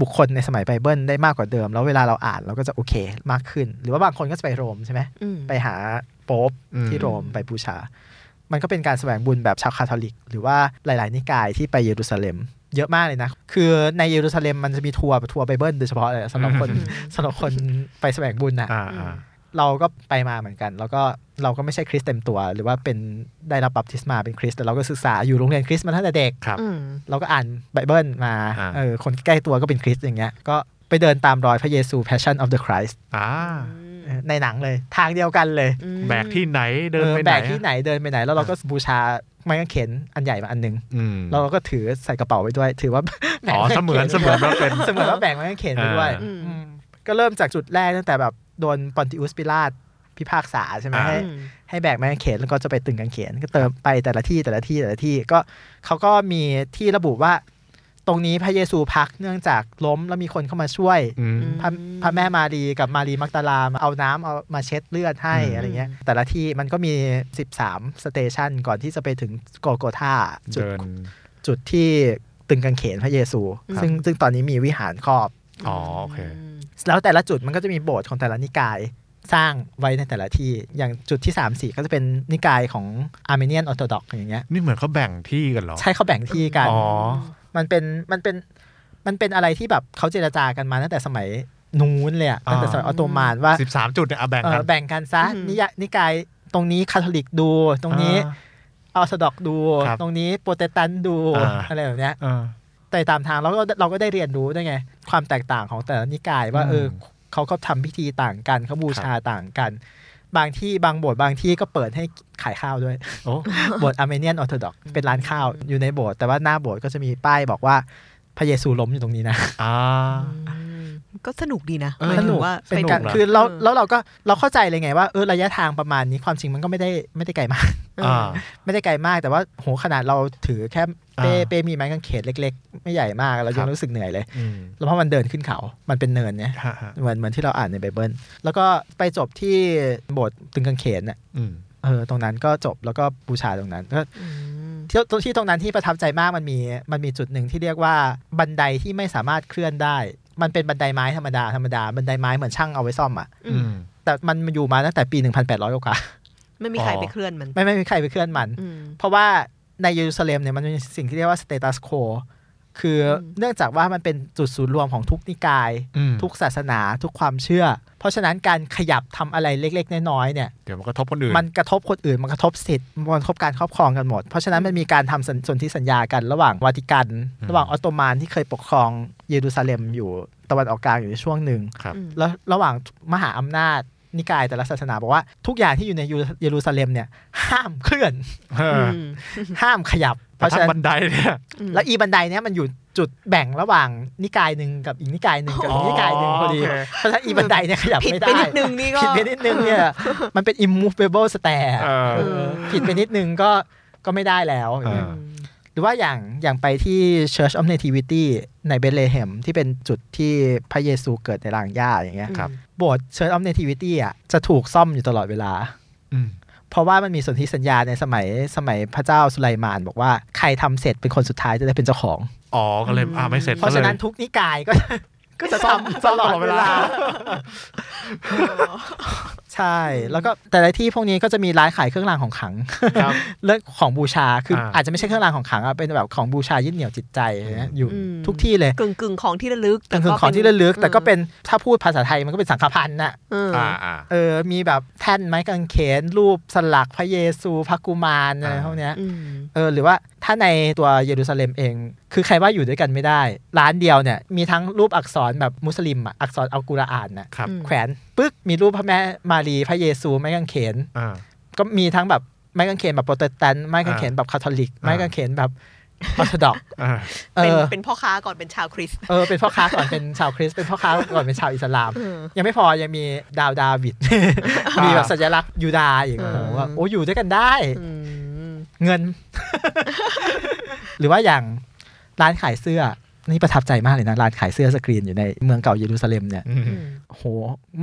[SPEAKER 2] บุคคลในสมัยไบเบิลได้มากกว่าเดิม แล้วเวลาเราอ่านเราก็จะโอเคมากขึ้น หรือว่าบางคนก็จะไปโรมใช่ไหม
[SPEAKER 4] อืม
[SPEAKER 2] ไปหาโป๊ป
[SPEAKER 3] อื
[SPEAKER 2] ที่โรมไปบูชา มันก็เป็นการแสวงบุญแบบชาวคาทอลิก หรือว่าหลาย ๆ นิกายที่ไปเยรูซาเล็ม เยอะมากเลยนะ คือในเยรูซาเล็มมันจะมีทัวร์ทัวร์ไบเบิลโดยเฉพาะเลยสำหรับคน
[SPEAKER 4] อืม
[SPEAKER 2] สำหรับคนไปแสวงบุญนะ
[SPEAKER 3] อ่าอ่า
[SPEAKER 2] เราก็ไปมาเหมือนกัน แล้วก็เราก็ไม่ใช่คริสต์เต็มตัว หรือว่าเป็นได้รับบัพติศมาเป็นคริสต์แต่เราก็ศึกษาอยู่โรงเรียนคริสต์มาตั้งแต่เด็ก
[SPEAKER 3] ครับ
[SPEAKER 4] อืม
[SPEAKER 2] เราก็อ่านไบเบิลมา
[SPEAKER 3] อ่า
[SPEAKER 2] เออคนใกล้ตัวก็เป็นคริสต์อย่างเงี้ยก็ไปเดินตามรอยพระเยซู Passion of the Christ
[SPEAKER 3] อ่า
[SPEAKER 2] เออในหนังเลยทางเดียวกันเลย
[SPEAKER 4] อืม
[SPEAKER 3] แบกที่ไหนเดิน
[SPEAKER 2] ออ
[SPEAKER 3] ไปไหน
[SPEAKER 2] แบกที่ไหนเดินไปไหน แล้วเราก็บูชาไม้กางเขนอันใหญ่มาอันหนึ่ง
[SPEAKER 3] อืม
[SPEAKER 2] แล้วเราก็ถือใส่กระเป๋าไว้ด้วย ถือว่า แบก
[SPEAKER 3] อ๋อเสมือนเสมือนว่าเป็น
[SPEAKER 2] เสมือนว่าแบกไม้กางเขนไปด้วย
[SPEAKER 3] อ่า
[SPEAKER 2] อืมก็เริ่มจากจุดแรกตั้งแต่แบบโดนปอนติอุสปิลาตพิพากษาใช่ไหม
[SPEAKER 3] อ่า
[SPEAKER 2] ให้
[SPEAKER 4] อืม
[SPEAKER 2] ให้แบกไม้กางเขนแล้วก็จะไปตึงกางเขนก็เติมไปแต่ละที่แต่ละที่แต่ละที่ก็เขาก็มีที่ระบุว่า ตรงนี้พระเยซูพักเนื่องจากล้มแล้วมีคนเข้ามาช่วย
[SPEAKER 3] อืม
[SPEAKER 2] พระพระแม่มารีกับมารีมักดาลามาเอาน้ำเอามาเช็ดเลือดให้
[SPEAKER 3] อืม
[SPEAKER 2] อะไรเงี้ย แต่ละที่มันก็มี 13 สเตชันก่อนที่จะไปถึงโกโกธาจุด
[SPEAKER 3] เดิน
[SPEAKER 2] จุดที่ตึงกางเขนพระเยซู ซึ่งซึ่งตอนนี้มีวิหารครอบ
[SPEAKER 3] อ๋อโอเค
[SPEAKER 2] แล้วแต่ละจุดมันก็จะมีโบสถ์ของแต่ละนิกายสร้างไว้ในแต่ละที่อย่างจุดที่ 3 4 ก็จะเป็นนิกายของอาร์เมเนียนออร์โธดอกอย่างเงี้ย
[SPEAKER 3] นี่เหมือนเขาแบ่งที่กันเหรอ
[SPEAKER 2] ใช่เขาแบ่งที่กัน
[SPEAKER 3] อ๋อ
[SPEAKER 2] มันเป็นมันเป็นมันเป็นอะไรที่แบบเขาเจรจากันมาตั้งแต่สมัย นู้นเลยอะตั้งแต่สมัยออตโตมันว่า
[SPEAKER 3] สิบสามจุดเนี่ยอ่ะแบ่ง
[SPEAKER 2] เอ
[SPEAKER 3] กั
[SPEAKER 2] อน แบ่งกันซะ
[SPEAKER 4] อืม
[SPEAKER 2] นิยะนิกายตรงนี้คาทอลิกดู ตรงนี้
[SPEAKER 3] อ่า
[SPEAKER 2] ออสดอกดู
[SPEAKER 3] ครับ
[SPEAKER 2] ตรงนี้โปรเตสแตันต์ดู
[SPEAKER 3] อ่า
[SPEAKER 2] อะไรแบบเนี้ย
[SPEAKER 3] เออ
[SPEAKER 2] แต่ตามทางเราก็เราก็ได้เรียนรู้ด้วยไง ความแตกต่างของแต่ละนิกายว่า
[SPEAKER 3] อืม
[SPEAKER 2] เออเขาเขาทำพิธีต่างกันเขาบูชาต่างกัน บางที่บางโบสถ์บางที่ก็เปิดให้ขายข้าวด้วย
[SPEAKER 3] โอ้
[SPEAKER 2] โบสถ์อาร์เมเนียนออร์โธดอกเป็นร้านข้าวอยู่ในโบสถ์แต่ว่าหน้าโบสถ์ก็จะมีป้ายบอกว่าพระเยซูล้มอยู่ตรงนี้นะ
[SPEAKER 3] อ่า
[SPEAKER 4] ก็สนุกดีนะ
[SPEAKER 3] เออ
[SPEAKER 4] หมาย
[SPEAKER 2] ส
[SPEAKER 4] ถึ
[SPEAKER 2] นุ
[SPEAKER 4] ง
[SPEAKER 2] ก
[SPEAKER 4] ว่า
[SPEAKER 2] เป็น
[SPEAKER 4] ไป
[SPEAKER 2] การ
[SPEAKER 4] ดู
[SPEAKER 3] นะ
[SPEAKER 2] คือเรา
[SPEAKER 4] เออ
[SPEAKER 2] แล้วเราก็เราเข้าใจเลยไงว่าเออระยะทางประมาณนี้ความจริงมันก็ไม่ได้ไม่ได้ไกลมาก
[SPEAKER 3] อ่า
[SPEAKER 2] ไม่ได้ไกลมากแต่ว่าโหขนาดเราถือแค่เป้
[SPEAKER 3] อ่า
[SPEAKER 2] เป้มีไม้กางเขนเล็ก ๆ ไม่ใหญ่มากเรา
[SPEAKER 3] ครั
[SPEAKER 2] ยัง
[SPEAKER 3] บ
[SPEAKER 2] รู้สึกเหนื่อยเลย
[SPEAKER 3] อืม
[SPEAKER 2] แล้วเพราะมันเดินขึ้นเขามันเป็นเนินเนี่ย
[SPEAKER 3] ฮะฮะ
[SPEAKER 2] เหมือนเหมือนที่เราอ่านในไบเบิลแล้วก็ไปจบที่โบสถ์ตึงกางเขนน่ะ
[SPEAKER 3] อืม
[SPEAKER 2] เออตรงนั้นก็จบแล้วก็บูชาตรงนั้นก็
[SPEAKER 4] อืม
[SPEAKER 2] ที่ที่ตรงนั้นที่ประทับใจมากมันมีมันมีจุดหนึ่งที่เรียกว่าบันไดที่ไม่สามารถเคลื่อนได้ มันเป็นบันไดไม้ธรรมดาธรรมดาบันไดไม้เหมือนช่างเอาไว้ซ่อมอะ
[SPEAKER 4] อืม
[SPEAKER 2] แต่มันอยู่มาตั้งแต่ปี 1800กว่า
[SPEAKER 4] ไม่มีใคร
[SPEAKER 3] อ๋อ
[SPEAKER 4] ไปเคลื่อนมัน
[SPEAKER 2] ไม่ไม่มีใครไปเคลื่อนมัน
[SPEAKER 4] อืม
[SPEAKER 2] เพราะว่าในเยรูซาเล็มเนี่ยมันมีสิ่งที่เรียกว่าสเตตัสโคคืออ
[SPEAKER 4] ม
[SPEAKER 2] เนื่องจากว่ามันเป็นจุดศูนย์รวมของทุกนิกาย
[SPEAKER 3] อืม
[SPEAKER 2] ทุกศาสนาทุกความเชื่อ เพราะฉะนั้นการขยับทำอะไรเล็กๆน้อยๆเนี่ย
[SPEAKER 3] เดี๋ยวมันกระทบคนอื่น
[SPEAKER 2] มันกระทบคนอื่น มันกระทบสิทธิ์ มันกระทบการครอบครองกันหมด เพราะฉะนั้นมันมีการทำสนสนธิสัญญากันระหว่างวาติกัน
[SPEAKER 3] อืม
[SPEAKER 2] ระหว่างออตโตมันที่เคยปกครองเยรูซาเล็มอยู่ตะวันออกกลางอยู่ในช่วงหนึ่ง
[SPEAKER 3] ครับ
[SPEAKER 4] อืม
[SPEAKER 2] แล้วระหว่างมหาอำนาจนิกายแต่ละศาสนาบอกว่าทุกอย่างที่อยู่ในยูเยรูซาเล็มเนี่ยห้ามเคลื่ อน
[SPEAKER 3] เออ
[SPEAKER 4] อืม
[SPEAKER 2] ห้ามขยับ เพ
[SPEAKER 3] แต่
[SPEAKER 2] ราะ
[SPEAKER 3] ถ้า
[SPEAKER 2] ฉะนั้น
[SPEAKER 3] บันไดเนี่ย
[SPEAKER 4] อืม
[SPEAKER 2] แล้วอีบันไดเนี่ยมันอยู่จุดแบ่งระหว่างนิกายหนึ่งกับอีกนิกายหนึ่งกับอีกนิกายหนึ่งพอดี
[SPEAKER 3] โอเค
[SPEAKER 2] เพราะฉะนั้นอีบันไดเนี่ยขยับ
[SPEAKER 4] ผิด
[SPEAKER 2] ไม่
[SPEAKER 4] ไป
[SPEAKER 2] ได้
[SPEAKER 4] นิดนึงนี่ก็
[SPEAKER 2] ผิดไปนิดนึงเนี่ย มันเป็น immovable stair
[SPEAKER 3] เออ
[SPEAKER 2] เออผิดไปนิดนึงก็ก็ไม่ได้แล้ว
[SPEAKER 3] เออ
[SPEAKER 2] หรือว่าอย่างอย่างไปที่ Church of Nativity ในเบธเลเฮมที่เป็นจุดที่พระเยซูเกิดในรางหญ้าอย่างเงี้ย
[SPEAKER 3] ครับ
[SPEAKER 2] โบสถ์ Church of Nativity อ่ะจะถูกซ่อมอยู่ตลอดเวลา
[SPEAKER 3] อืม
[SPEAKER 2] เพราะว่ามันมีสนธิสัญญาในสมัยสมัยพระเจ้าสุไลมาน บอกว่าใครทำเสร็จเป็นคนสุดท้ายจะได้เป็นเจ้าของ
[SPEAKER 3] อ๋อก็เลยอ่าไม่เสร็จ
[SPEAKER 2] เพราะฉะนั้นทุกนิกายก็ ก็จะทำตลอดเวลา ใช่ แล้วก็แต่ละที่พวกนี้ก็จะมีร้านขายเครื่องรางของข ลัง
[SPEAKER 3] ครับ
[SPEAKER 2] เรื่องของบูชา คืออา อาจจะไม่ใช่เครื่องรางของขลังอะเป็นแบบของบูชายึดเหนี่ยวจิตใจอะไรเงี้ยอยู่
[SPEAKER 4] อืม
[SPEAKER 2] ทุกที่เลย
[SPEAKER 4] กึ่งกึ่งๆของที่ระลึก
[SPEAKER 2] แต่คือของที่ระลึก แต่ก็เป็นถ้าพูดภาษาไทยมันก็เป็นสังฆพันธ์น่ะ
[SPEAKER 4] อืม
[SPEAKER 3] อ่าอ่า
[SPEAKER 2] เออ มีแบบแท่นไม้กางเขน รูปสลักพระเยซู พระกุมารอะไร
[SPEAKER 3] อ่า
[SPEAKER 2] พวกเนี้ย
[SPEAKER 4] อืม
[SPEAKER 2] เออ หรือว่าถ้าในตัวเยรูซาเล็มเอง คือใครว่าอยู่ด้วยกันไม่ได้ ร้านเดียวเนี่ย มีทั้งรูปอักษรแบบมุสลิมอะอักษรอัลกุรอานน่ะ
[SPEAKER 3] ครับ
[SPEAKER 4] อืม
[SPEAKER 2] แขวนปึ๊ก มีรูปพระแม่มารี พระเยซู ไม้กางเขน
[SPEAKER 3] อ่า
[SPEAKER 2] ก็มีทั้งแบบไม้กางเขนแบบโปรเตสแตนต์ไม้กางเขนแบบคาทอลิก ไม้กางเขนแบบออร์โธดอก
[SPEAKER 3] อ่า
[SPEAKER 2] เอ
[SPEAKER 4] เป็น
[SPEAKER 2] อ
[SPEAKER 4] เป็นพ่อค้าก่อนเป็นชาวคริสต์
[SPEAKER 2] เออเป็นพ่อค้าก่อนเป็นชาวคริสต์เป็นพ่อค้าก่อนเป็นชาวอิสลาม
[SPEAKER 4] เออ
[SPEAKER 2] ยังไม่พอยังมีดาวดา วิด มีแบบสัญลักษณ์ยูดาห์อีก
[SPEAKER 4] เอ
[SPEAKER 2] โอ้
[SPEAKER 4] อ
[SPEAKER 2] โหว่าโอ้อยู่ด้วยกันได้
[SPEAKER 4] อืม
[SPEAKER 2] เงิน หรือว่าอย่างร้านขายเสื้อ นี่ประทับใจมากเลยนะ ร้านขายเสื้อสกรีนอยู่ในเมืองเก่าเยรูซาเล็มเนี่ย
[SPEAKER 3] อืม
[SPEAKER 2] โห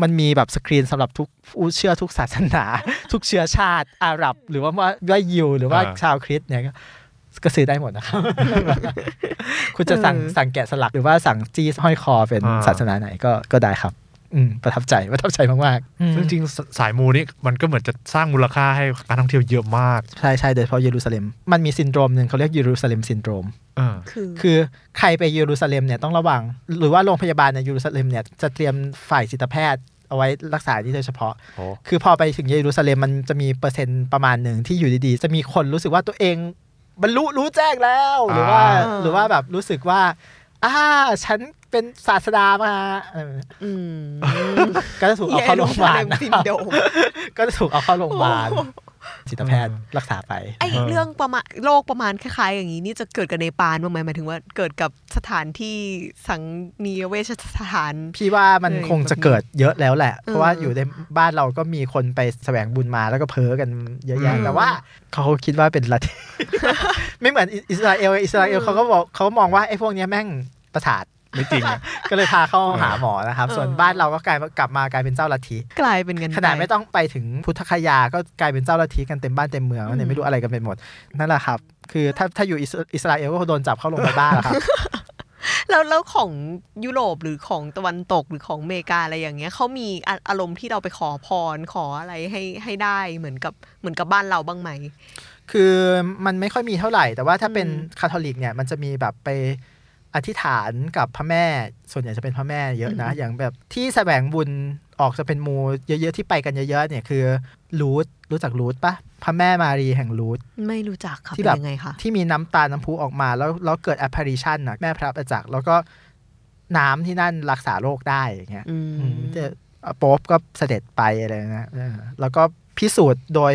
[SPEAKER 2] มันมีแบบสกรีนสำหรับทุกผู้เชื่อทุกศาสนา ทุกเชื้อชาติ อาหรับ หรือว่าว่าว่ายิว หรือว่า
[SPEAKER 3] อ่า
[SPEAKER 2] ชาวคริสต์เนี่ยก็ก็ซื้อได้หมด นะครับ คุณจะสั่งสั่งแกะสลักหรือว่าสั่งจี้ห้อยคอเป็นศาสนาไหนก็ก็ได้ครับ อืมประทับใจประทับใจมากๆอืม
[SPEAKER 3] ซึ่งจริงๆสสายมูนี่มันก็เหมือนจะสร้างมูลค่าให้การท่องเที่ยวเยอะมาก
[SPEAKER 2] ใช่ใช่โดยเฉพาะเยรูซาเล็มมันมีซินโดรมหนึ่งเขาเรียกเยรูซาเล็มซินโดรม
[SPEAKER 3] เออ
[SPEAKER 4] คือ
[SPEAKER 2] คือใครไปเยรูซาเล็มเนี่ยต้องระวัง หรือว่าโรงพยาบาลในเยรูซาเล็มเนี่ยจะเตรียมฝ่ายจิตแพทย์เอาไว้รักษาที่โดยเฉพาะ
[SPEAKER 3] โอ้
[SPEAKER 2] คือพอไปถึงเยรูซาเล็มมันจะมีเปอร์เซ็นต์ประมาณหนึ่งที่อยู่ดีๆ จะมีคนรู้สึกว่าตัวเองบรรลุรู้แจ้งแล้ว หรือว่า
[SPEAKER 4] อ่า
[SPEAKER 2] หรือว่าแบบรู้สึกว่าอ่าฉันเป็นศาสดามาเออ
[SPEAKER 4] อืม
[SPEAKER 2] ก็จะถูกเอาเข้าโรงพยาบาลนะ
[SPEAKER 4] เยรูซเล็มซิน
[SPEAKER 2] ครับ
[SPEAKER 4] โดรม
[SPEAKER 2] ก็จะถูกเอาเข้าโรงพยาบาลจิตแพทย์รักษาไป
[SPEAKER 4] ไอเรื่องประมาณโรคประมาณคล้ายๆ อย่างนี้นี่จะเกิดกับเนปาลบ้างไหมหมายถึงว่าเกิดกับสถานที่สังนิเวชสถาน
[SPEAKER 2] พี่ว่ามัน
[SPEAKER 4] เออ
[SPEAKER 2] คงจะเกิดเยอะแล้วแหละ เพราะว่า
[SPEAKER 4] เออ
[SPEAKER 2] อ
[SPEAKER 4] อ
[SPEAKER 2] ยู่ในบ้านเราก็มีคนไปแสวงบุญมาแล้วก็เพ้อกันเยอะแยะ
[SPEAKER 3] อืม
[SPEAKER 2] แต่ว่าเขาคิดว่าเป็นลัทธิ ไม่เหมือนอิอิสราเอลไงอิสราเอลเขาก็บอกเขามองว่าไอ้พวกเนี้ยแม่งประสาท
[SPEAKER 3] ไม่จริงอะ
[SPEAKER 2] ก็เลยพาเข้าหาหมอนะครับ ส่วนบ้านเราก็กลายกลับมากลายเป็นเจ้าลัทธิ
[SPEAKER 4] กลายเป็นกันป
[SPEAKER 2] ขนาดไม่ต้องไปถึงพุทธคยา ก็กลายเป็นเจ้าลัทธิกันเต็มบ้านเต็มเมืองแล้วเนี่ย
[SPEAKER 4] อืม
[SPEAKER 2] ไม่รู้อะไรกันไปหมด นั่นแหละครับ คือถ้าถ้าอยู่อิสอิสราเอลก็โดนจับเข้าโรงพยาบาลแล้วครับ
[SPEAKER 4] แล้วแล้วของยุโรปหรือของตะวันตกหรือของอเมริกาอะไรอย่างเงี้ยเขามีอะอารมณ์ที่เราไปขอพรขออะไรให้ให้ได้เหมือนกับเหมือนกับบ้านเราบ้างไหม
[SPEAKER 2] คือมันไม่ค่อยมีเท่าไหร่ แต่ว่าถ้าเป็น
[SPEAKER 4] อืม
[SPEAKER 2] คาทอลิกเนี่ยมันจะมีแบบไป อธิษฐานกับพระแม่ ส่วนใหญ่จะเป็นพระแม่เยอะนะ
[SPEAKER 4] อืม
[SPEAKER 2] อย่างแบบที่แสวงบุญออกจะเป็นมูเยอะๆที่ไปกันเยอะๆเนี่ยคือรูทรู้จักรูทปะพระแม่มารีแห่งรูท
[SPEAKER 4] ไม่รู้จักค่ะ
[SPEAKER 2] ที่แบบ
[SPEAKER 4] เป็นยังไงคะ
[SPEAKER 2] ที่มีน้ำตาลน้ำพุออกมาแล้วแล้วเกิด apparition นะแม่พระประจักษ์แล้วก็น้ำที่นั่นรักษาโรคได้อย่างเงี้ย
[SPEAKER 4] อืม
[SPEAKER 2] อืมเจ้าโป๊ปก็เสด็จไปอะไรนะเออแล้วก็พิสูจน์โดย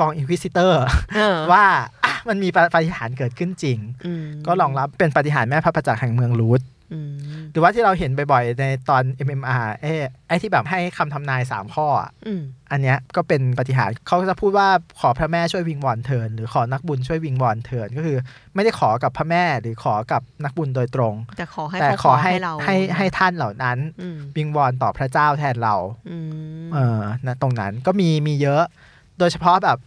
[SPEAKER 2] กองอินควิซิเตอร์
[SPEAKER 4] เออ
[SPEAKER 2] ว่าอ่ะมันมีปาปาฏิหาริย์เกิดขึ้นจริง
[SPEAKER 4] อืม
[SPEAKER 2] ก็รองรับเป็นปาฏิหาริย์แม่พระประจักษ์แห่งเมืองรูท
[SPEAKER 4] อืม
[SPEAKER 2] หรือว่าที่เราเห็นบ่อยๆ ในตอน MMR เอ้ยไอ้ที่แบบให้คำทำนาย 3 ข้ออ่ะ
[SPEAKER 4] อืม
[SPEAKER 2] อันเนี้ยก็เป็นปาฏิหาริย์เขาจะพูดว่าขอพระแม่ช่วยวิงวอนเถินหรือขอนักบุญช่วยวิงวอนเถินก็คือ ไม่ได้ขอกับพระแม่หรือขอกับนักบุญโดยตรง
[SPEAKER 4] แต่ขอให้
[SPEAKER 2] แต่
[SPEAKER 4] เขา
[SPEAKER 2] ขอให้
[SPEAKER 4] เรา
[SPEAKER 2] ให้ให้ท่านเหล่านั้น
[SPEAKER 4] อืม
[SPEAKER 2] วิงวอนต่อพระเจ้าแทนเรา
[SPEAKER 4] อืม
[SPEAKER 2] เออนะตรงนั้นก็มีมีเยอะ โดยเฉพาะแบบ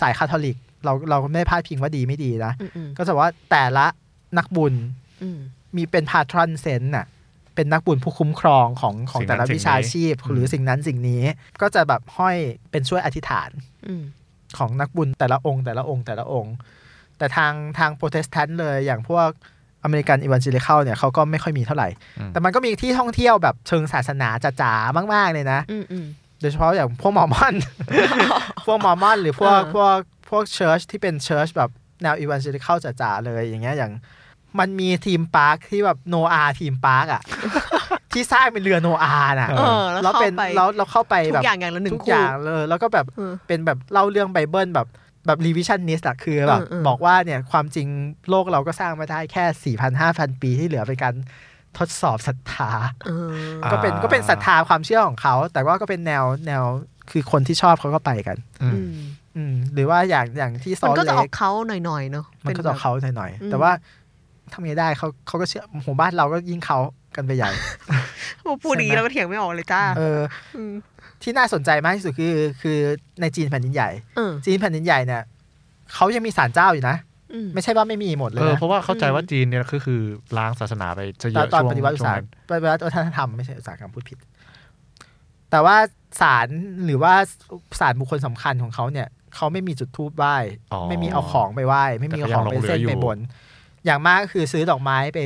[SPEAKER 2] สายคาทอลิก เราเราไม่ได้พาดพิงว่าดีไม่ดีนะ
[SPEAKER 4] มอืม
[SPEAKER 2] ก็จะว่าแต่ละนักบุญ
[SPEAKER 4] อืม
[SPEAKER 2] มีเป็นพาทรอนเซนน่ะ เป็นนักบุญผู้คุ้มครองของของ
[SPEAKER 3] สิ่งนั้
[SPEAKER 2] แต่
[SPEAKER 3] น
[SPEAKER 2] ละวิชา
[SPEAKER 3] สิ่งนี้
[SPEAKER 2] ชีพ หรือสิ่งนั้นสิ่งนี้ ก็จะแบบห้อยเป็นช่วยอธิษฐาน
[SPEAKER 4] อืม
[SPEAKER 2] ของนักบุญแต่ละองค์แต่ละองค์แต่ละองค์ แต่ทางทางโปรเตสแตนต์เลยอย่างพวกอเมริกันอีวานเจลิคาเนี่ยเขาก็ไม่ค่อยมีเท่าไหร่
[SPEAKER 3] อืม
[SPEAKER 2] แต่มันก็มีที่ท่องเที่ยวแบบเชิงศาสนาจ๋าๆมากๆเลยนะ
[SPEAKER 4] อืมอืม
[SPEAKER 2] โดยเฉพาะอย่างพวกมอร์มอน พวกมอร์มอนหรือพวก
[SPEAKER 4] อ่า
[SPEAKER 2] พวกพวกเชิร์ชที่เป็นเชิร์ชแบบแนวอีวานเจลิเข้าจ๋าๆเลยอย่างเงี้ยอย่าง มันมีทีมพาร์คที่แบบโนอาทีมพาร์คอ่ะ ที่สร้างเป็นเรือโนอาน่ะ
[SPEAKER 4] เออแล้ว
[SPEAKER 2] แล้ว
[SPEAKER 4] เข้า
[SPEAKER 2] เป็น
[SPEAKER 4] ไป
[SPEAKER 2] แล้วเราเข้าไป
[SPEAKER 4] ทุ
[SPEAKER 2] แบ
[SPEAKER 4] ก
[SPEAKER 2] บ
[SPEAKER 4] อย่างอย่างละหนึ่ง
[SPEAKER 2] ทุก
[SPEAKER 4] คู่
[SPEAKER 2] อย่างเลย แล้วก็แบบ
[SPEAKER 4] เออ
[SPEAKER 2] เป็นแบบเล่าเรื่องไบเบิลแบบแบบรีวิชันนิสอะคือแบบ
[SPEAKER 4] เออเออ
[SPEAKER 2] บอกว่าเนี่ยความจริงโลกเราก็สร้างมาได้แค่4 0 0 0 5,000 ปีที่เหลือเป็นการทดสอบศรัทธา
[SPEAKER 4] เออ
[SPEAKER 3] อ่ะ
[SPEAKER 2] ก็เป็นก็เป็นศรัทธาความเชื่อของเขา แต่ว่าก็เป็นแนวแนวคือคนที่ชอบเขาก็ไปกัน
[SPEAKER 3] อืม
[SPEAKER 4] อืม
[SPEAKER 2] อืมหรือว่าอย่างอย่างที่ซ
[SPEAKER 4] มั
[SPEAKER 2] อน ล
[SPEAKER 4] ก็
[SPEAKER 2] เล
[SPEAKER 4] จะออก
[SPEAKER 2] ก
[SPEAKER 4] เขาหน่อยๆเนาะ
[SPEAKER 2] มันก็จะออก
[SPEAKER 4] ป็แบบ
[SPEAKER 2] เขาหน่อย
[SPEAKER 4] อื
[SPEAKER 2] ๆ
[SPEAKER 4] ม
[SPEAKER 2] แต่ว่าทำไงได้เขาเขาก็เชื่อหมู่บ้านเราก็ยิ่งเขากันไปใหญ่
[SPEAKER 4] โอ้พูดดี
[SPEAKER 2] ใช่ไหม
[SPEAKER 4] แล้วก็เถียงไม่ออกเลยจ้า
[SPEAKER 2] เออ
[SPEAKER 4] ม
[SPEAKER 2] ที่น่าสนใจมากที่สุดคือคือในจีนแผ่นดินใหญ่
[SPEAKER 4] เออ
[SPEAKER 2] จีนแผ่นดินใหญ่เนี่ยเขายังมีศาลเจ้าอยู่นะ
[SPEAKER 4] อืม
[SPEAKER 2] ไม่ใช่ว่าไม่มีหมดเล
[SPEAKER 3] เอย อ
[SPEAKER 2] นะ
[SPEAKER 3] เพราะว่าเข้าใจว่าจีนเนี่ยก็คือล้างศาสนาไปจะเย
[SPEAKER 2] ตอน
[SPEAKER 3] อะ
[SPEAKER 2] ตอน
[SPEAKER 3] ช่วง
[SPEAKER 2] ปฏิวัติอุต
[SPEAKER 3] ช่ว
[SPEAKER 2] สาง หกรรมป
[SPEAKER 3] นั้น
[SPEAKER 2] ฏิวัติวัฒนธรรมไม่ใช่อุตสาหกรรมพูดผิด แต่ว่าศาลหรือว่าศาลบุคคลสำคัญของเขาเนี่ยเขาไม่มีจุดทูบไหว้
[SPEAKER 3] อ๋อ
[SPEAKER 2] ไม่มีเอาของไปไหว้ไม่มีเอาของไปเส้นไปบน อย่างมากก็คือซื้อดอกไม้ไป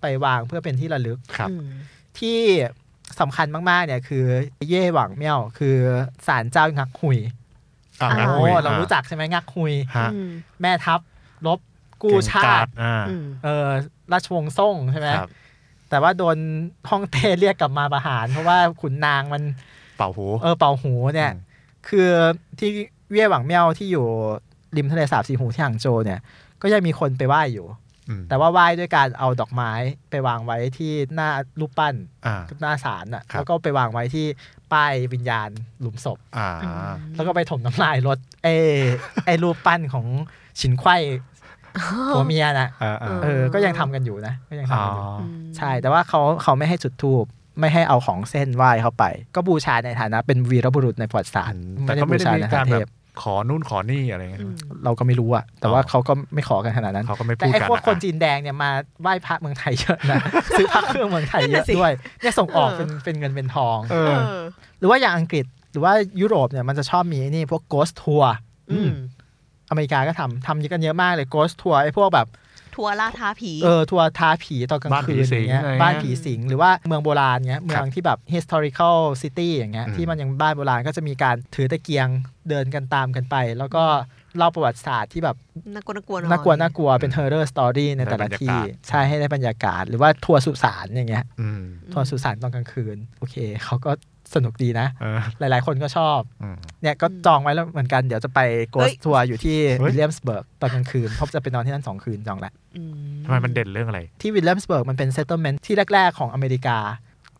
[SPEAKER 2] ไปวางเพื่อเป็นที่ระลึก
[SPEAKER 3] ครับ
[SPEAKER 4] อืม
[SPEAKER 2] ที่สำคัญมากๆเนี่ยคือเย่หวังเมี่ยว คือศาลเจ้างักหุย
[SPEAKER 3] อ่ะ
[SPEAKER 4] า
[SPEAKER 3] งัก
[SPEAKER 2] โอ้
[SPEAKER 3] หุย
[SPEAKER 2] เรารู้จักใช่ไหมงักหุย
[SPEAKER 3] ฮะ
[SPEAKER 4] อืม
[SPEAKER 2] แม่ทัพรบกู้ชาติ
[SPEAKER 3] เก่งกจอ่า
[SPEAKER 4] อืม
[SPEAKER 2] เออราชวงศ์ซ่งใช่ไหม
[SPEAKER 3] ครับ
[SPEAKER 2] แต่ว่าโดนฮ่องเต้เรียกกลับมาประหาร เพราะว่าขุนนางมัน
[SPEAKER 3] เป่าหู
[SPEAKER 2] เออเป่าหูเนี่ย
[SPEAKER 3] อืม
[SPEAKER 2] คือที่เย่หวังเมี่ยวที่อยู่ริมทะเลสาบสีหูที่หางโจวเนี่ย ก็ยังมีคนไปไหว้อยู่
[SPEAKER 3] อืม
[SPEAKER 2] แต่ว่าไหว้ด้วยการเอาดอกไม้ไปวางไว้ที่หน้ารูปปั้น
[SPEAKER 3] อ่า
[SPEAKER 2] หน้าศาลน่ะ
[SPEAKER 3] ครับ
[SPEAKER 2] แล้วก็ไปวางไว้ที่ป้ายวิญญาณหลุมศพ
[SPEAKER 3] อ่า
[SPEAKER 2] แล้วก็ไปถมน้ำลายรถเอ ไอรูปปั้นของฉินไขว้ผัวเมียน่ะ
[SPEAKER 3] อ่าอ่า
[SPEAKER 2] เออก็ยังทำกันอยู่นะก็ยัง
[SPEAKER 3] อ๋
[SPEAKER 2] ทำกั
[SPEAKER 3] อ
[SPEAKER 2] นอยู่
[SPEAKER 4] อืม
[SPEAKER 2] ใช่ แต่ว่าเขาเขาไม่ให้จุดธูปไม่ให้เอาของเส้นไหว้เข้าไป ก็บูชาในฐานะเป็นวีรบุรุษในประวัติศาสตร์
[SPEAKER 3] แต่ก็ไม่ได้มี
[SPEAKER 2] ใน
[SPEAKER 3] การ
[SPEAKER 2] เท
[SPEAKER 3] แบ
[SPEAKER 2] พ
[SPEAKER 3] บขอนู่นขอนี่อะไรเงี้ย
[SPEAKER 4] อืม
[SPEAKER 2] เราก็ไม่รู้อะแต่ว่าเขาก็ไม่ขอกันขนาดนั้น
[SPEAKER 3] เขาก็ไม่
[SPEAKER 2] แต่
[SPEAKER 3] พูด
[SPEAKER 2] ไอ้
[SPEAKER 3] กัน
[SPEAKER 2] พวกคน
[SPEAKER 3] อ่ะ
[SPEAKER 2] จีนแดงเนี่ยมาไหว้พระเมืองไทยเยอะนะ ซื้อพระเครื่องเมืองไทยเยอะด้วยเนี่ยส่งออกเป็นเป็นเงินเป็นทอง
[SPEAKER 3] เอ
[SPEAKER 4] เอ
[SPEAKER 3] อ
[SPEAKER 4] อ
[SPEAKER 2] หรือว่าอย่างอังกฤษหรือว่ายุโรปเนี่ยมันจะชอบมีไอ้นี่พวก ghost tour
[SPEAKER 4] อืม
[SPEAKER 2] อเมริกาก็ทำทำกันเยอะมากเลย ghost tour ไอ้พวกแบบ
[SPEAKER 4] ทัวร์ล่าท้าผี
[SPEAKER 2] เออทัวร์ท้าผีตอนกลาง
[SPEAKER 3] บ้าน
[SPEAKER 2] คื
[SPEAKER 3] ผี
[SPEAKER 2] น
[SPEAKER 3] สิ
[SPEAKER 2] องย่างเงี้ย
[SPEAKER 3] อะไรเงี้ย
[SPEAKER 2] บ้านผีสิงหรือว่าเมืองโบราณเงี้ยเมืองที่แบบ historical city อย่างเงี้ย
[SPEAKER 3] อืม
[SPEAKER 2] ที่มันยังบ้านโบราณก็จะมีการถือตะเกียงเดินกันตามกันไป แล้วก็เล่าประวัติศาสตร์ที่แบบ
[SPEAKER 4] น่ากลัวน่ากลัว
[SPEAKER 2] น่ากลัวน่ากลัว
[SPEAKER 3] อืม
[SPEAKER 2] เป็น horror story ใน
[SPEAKER 3] ได้
[SPEAKER 2] แต่ละ
[SPEAKER 3] บรรยากาศ
[SPEAKER 2] ที่ใช่ให้ได้บรรยากาศ หรือว่าทัวร์สุสานอย่างเงี้ย
[SPEAKER 3] อืม
[SPEAKER 2] ทัวร์สุสานตอนกลางคืน โอเคเขาก็สนุกดีนะ
[SPEAKER 3] เออ
[SPEAKER 2] หลายๆ คนก็ชอบ
[SPEAKER 3] อืม
[SPEAKER 2] เนี่ยก็จองไว้แล้วเหมือนกันเดี๋ยวจะไป ghost tour อยู่ที่
[SPEAKER 3] เฮ้ย
[SPEAKER 2] วิลเลียมสเบิร์กตอนกลางคืนเพราะจะไปนอนที่นั่นสองคืนจองละ
[SPEAKER 4] อื
[SPEAKER 3] ทำไมมันเด่นเรื่องอะไร
[SPEAKER 2] ที่วิลเลียมสเบิร์กมันเป็น settlement ที่แรก ๆ ของอเมริกา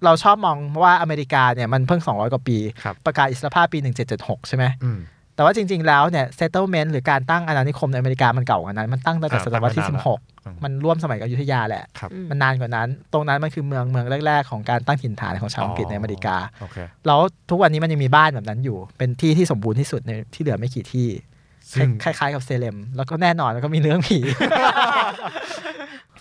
[SPEAKER 2] เราชอบมองว่าอเมริกาเนี่ยมันเพิ่ง 200 กว่าปี
[SPEAKER 3] ครับ
[SPEAKER 2] ประกาศอิสรภาพปี 1776 ใช่ไหม
[SPEAKER 3] อืม
[SPEAKER 2] แต่ว่าจริง ๆ แล้วเนี่ย settlement หรือการตั้งอาณานิคมในอเมริกามันเก่ากว่านั้นมันตั้งตั้งแต่ศตวรรษที่
[SPEAKER 3] อ่าตั้งมานานละ อื
[SPEAKER 2] 16 มันร่วมสมัยกับอยุธยาแหละ
[SPEAKER 3] ครับ
[SPEAKER 4] อื
[SPEAKER 2] มันนานกว่านั้น ตรงนั้นมันคือเมืองเมืองแรก ๆ ของการตั้งถิ่นฐานของชาวอังกฤษในอเมริกา
[SPEAKER 3] โอเค
[SPEAKER 2] แล้วทุกวันนี้มันยังมีบ้านแบบนั้นอยู่ เป็นที่ที่สมบูรณ์ที่สุดในที่เหลือไม่กี่ที่
[SPEAKER 3] ซึ่ง
[SPEAKER 2] คล้ายๆกับเซเลม แล้วก็แน่นอนแล้วก็มีเรื่องผี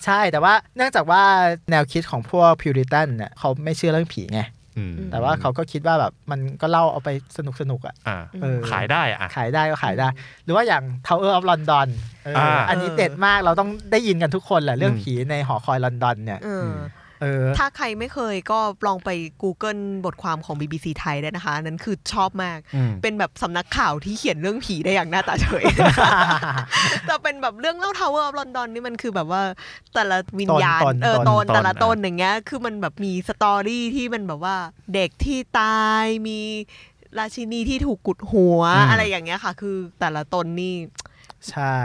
[SPEAKER 2] ใช่แต่ว่าเนื่องจากว่าแนวคิดของพวกพิวริตันเนี่ยเขาไม่เชื่อเรื่องผีไง
[SPEAKER 3] อืม
[SPEAKER 2] แต่ว่าเขาก็คิดว่าแบบมันก็เล่าเอาไปสนุกสนุกๆอ่ะ
[SPEAKER 3] อ่า
[SPEAKER 2] เออ
[SPEAKER 3] ขายได้อ่ะ
[SPEAKER 2] ขายได้ก็ขายได้ หรือว่าอย่าง Tower of London เอออา อันนี้เด็ดมากเราต้องได้ยินกันทุกคนแหละเรื่องผีในหอคอยลอนดอนเนี่ย
[SPEAKER 4] เออ
[SPEAKER 2] เออ
[SPEAKER 4] ถ้าใครไม่เคยก็ลองไป Google บทความของ BBC ไทยได้นะคะ นั้นคือชอบมาก
[SPEAKER 3] อืม
[SPEAKER 4] เป็นแบบสำนักข่าวที่เขียนเรื่องผีได้อย่างหน้าตาเฉ ย แต่เป็นแบบเรื่องเล่าทาวเวอร์ออฟลอนดอนนี่มันคือแบบว่าแต่ละวิญญาณ
[SPEAKER 2] ตอนๆ
[SPEAKER 4] เออ
[SPEAKER 2] ต
[SPEAKER 4] ต
[SPEAKER 2] อน
[SPEAKER 4] น
[SPEAKER 2] ๆ
[SPEAKER 4] แต่ละ
[SPEAKER 3] ต
[SPEAKER 4] ต
[SPEAKER 3] อน น
[SPEAKER 4] อย่างเงี้ยคือมันแบบมีสตอรี่ที่มันแบบว่าเด็กที่ตายมีราชินีที่ถูกกุดหัวอะไรอย่างเงี้ยค่ะ คือแต่ละตนนี่
[SPEAKER 2] ใช่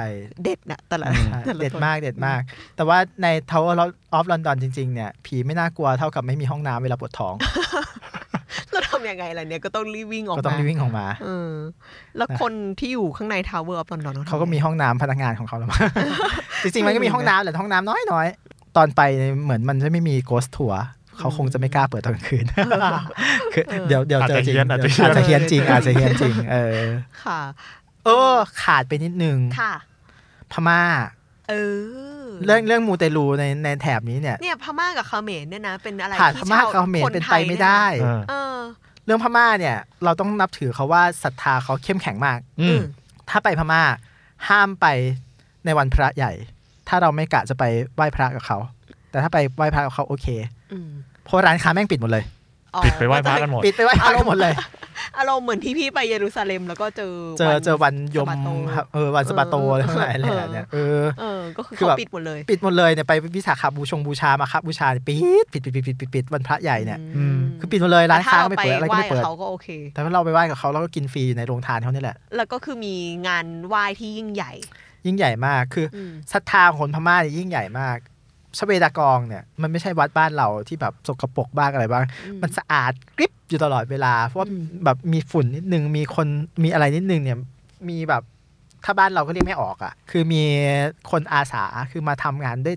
[SPEAKER 4] เด็ดนะแต่ละ
[SPEAKER 2] ใช่
[SPEAKER 4] แต่ละ
[SPEAKER 2] เด็ด
[SPEAKER 4] ตน
[SPEAKER 2] มากเด็ดมาก แต่ว่าใน Tower of London จริง ๆ เนี่ย ผีไม่น่ากลัวเท่ากับไม่มีห้องน้ำเวลาปวดท้อง
[SPEAKER 4] เราทำยังไงล่ะเนี่ยก็ต้องรีบวิ่งออก
[SPEAKER 2] ก็ต้อง
[SPEAKER 4] มา
[SPEAKER 2] รีบวิ่งออกมา
[SPEAKER 4] เออ แล้ว
[SPEAKER 2] นะ
[SPEAKER 4] คนที่อยู่ข้างในทาวเวอร์ออฟลอนดอน
[SPEAKER 2] เขาก็มีห้องน้ำพนักงานของเขาแล้วมั้ง จริงๆ มันก็มีห้องน้ำแหละห้องน้ำน้อยๆ ตอนไปเนี่ยเหมือนมันจะไม่มีโกสทัวร์เขาคงจะไม่กล้าเปิดตอนกลางคืน คือเดี๋ยวเดี๋ยวเจอจริง
[SPEAKER 3] อาจจะเฮี้ยน
[SPEAKER 2] อาจจะเฮี้ยนจริงอาจจะเฮี้ยนจริง เออ
[SPEAKER 4] ค่ะ
[SPEAKER 2] เออ ขาดไปนิดนึง
[SPEAKER 4] ค่ะ
[SPEAKER 2] พม่า
[SPEAKER 4] เออ
[SPEAKER 2] เรื่องเรื่องมูเตลูในในแถบนี้เนี่ย
[SPEAKER 4] เนี่ยพม่ากับเขมรเนี่ยนะ เป็นอะไร
[SPEAKER 2] ขาดพ
[SPEAKER 4] ที่
[SPEAKER 2] ม่า
[SPEAKER 4] ชว
[SPEAKER 2] กับเขมร
[SPEAKER 4] คน
[SPEAKER 2] เป็น
[SPEAKER 4] ท
[SPEAKER 2] ไป
[SPEAKER 4] ย
[SPEAKER 2] ไม่ได้
[SPEAKER 3] อ่า
[SPEAKER 4] เออ
[SPEAKER 2] เรื่องพม่าเนี่ย เราต้องนับถือเขาว่าศรัทธาเขาเข้มแข็งมาก
[SPEAKER 3] อืม
[SPEAKER 2] ถ้าไปพม่าห้ามไปในวันพระใหญ่ ถ้าเราไม่กะจะไปไหว้พระกับเขา แต่ถ้าไปไหว้พระกับเขาโอเค
[SPEAKER 4] อืม
[SPEAKER 2] เพราะร้านค้าแม่งปิดหมดเลย
[SPEAKER 4] อ๋อ
[SPEAKER 3] ปิดไปไหว้พระกันหมด
[SPEAKER 2] ปิดไปไหว้พระกันหมดเลย
[SPEAKER 4] อารมณ์เหมือนที่พี่ไปเยรูซาเล็มแล้วก็เจอ
[SPEAKER 2] เจอ
[SPEAKER 4] วัน
[SPEAKER 2] เจอวันยม
[SPEAKER 4] สะบาโต
[SPEAKER 2] เออวันสะบาโต
[SPEAKER 4] เออ
[SPEAKER 2] อะไรทั้
[SPEAKER 4] อ
[SPEAKER 2] งหลายอะไร
[SPEAKER 4] เออ
[SPEAKER 2] เนี่ยเออ
[SPEAKER 4] เออ ก็คือ
[SPEAKER 2] คือ
[SPEAKER 4] เขา
[SPEAKER 2] แบบ
[SPEAKER 4] ปิดหมดเลย
[SPEAKER 2] ปิดหมดเลยเนี่ยไปวิสาขบูชงบูชามาครับบูชาเนี่ยปิดปิดปิดปิดปิดปิดปิดวันพระใหญ่เนี่ย
[SPEAKER 3] อืม
[SPEAKER 2] คือปิดหมดเลยร้าน
[SPEAKER 4] แต่
[SPEAKER 2] ค้าก็ไม่เปิด
[SPEAKER 4] ถ้
[SPEAKER 2] อะไร
[SPEAKER 4] เา
[SPEAKER 2] ก็ไม่
[SPEAKER 4] หว้
[SPEAKER 2] เปิด
[SPEAKER 4] เขาก็โอเค
[SPEAKER 2] แต่ว่าเราไปไหว้กับเขาเราก็กินฟรีอยู่ในโรงทานเขาเนี่ยแหละ
[SPEAKER 4] แล้วก็คือมีงานไหว้ที่ยิ่งใหญ่
[SPEAKER 2] ยิ่งใหญ่มากคือ
[SPEAKER 4] อืม
[SPEAKER 2] ศรัทธาของคนพม่าเนี่ยยิ่งใหญ่มากชเวดากองเนี่ยมันไม่ใช่วัดบ้านเราที่แบบสกปรกบ้างอะไรบ้าง
[SPEAKER 4] อืม
[SPEAKER 2] มันสะอาดกริบอยู่ตลอดเวลา เพราะว่า
[SPEAKER 4] อืม
[SPEAKER 2] แบบมีฝุ่นนิดนึง มีคนมีอะไรนิดนึงเนี่ย มีแบบถ้าบ้านเราก็เรียกไม่ออกอะ่ะ คือมีคนอาสาคือมาทำงานด้วย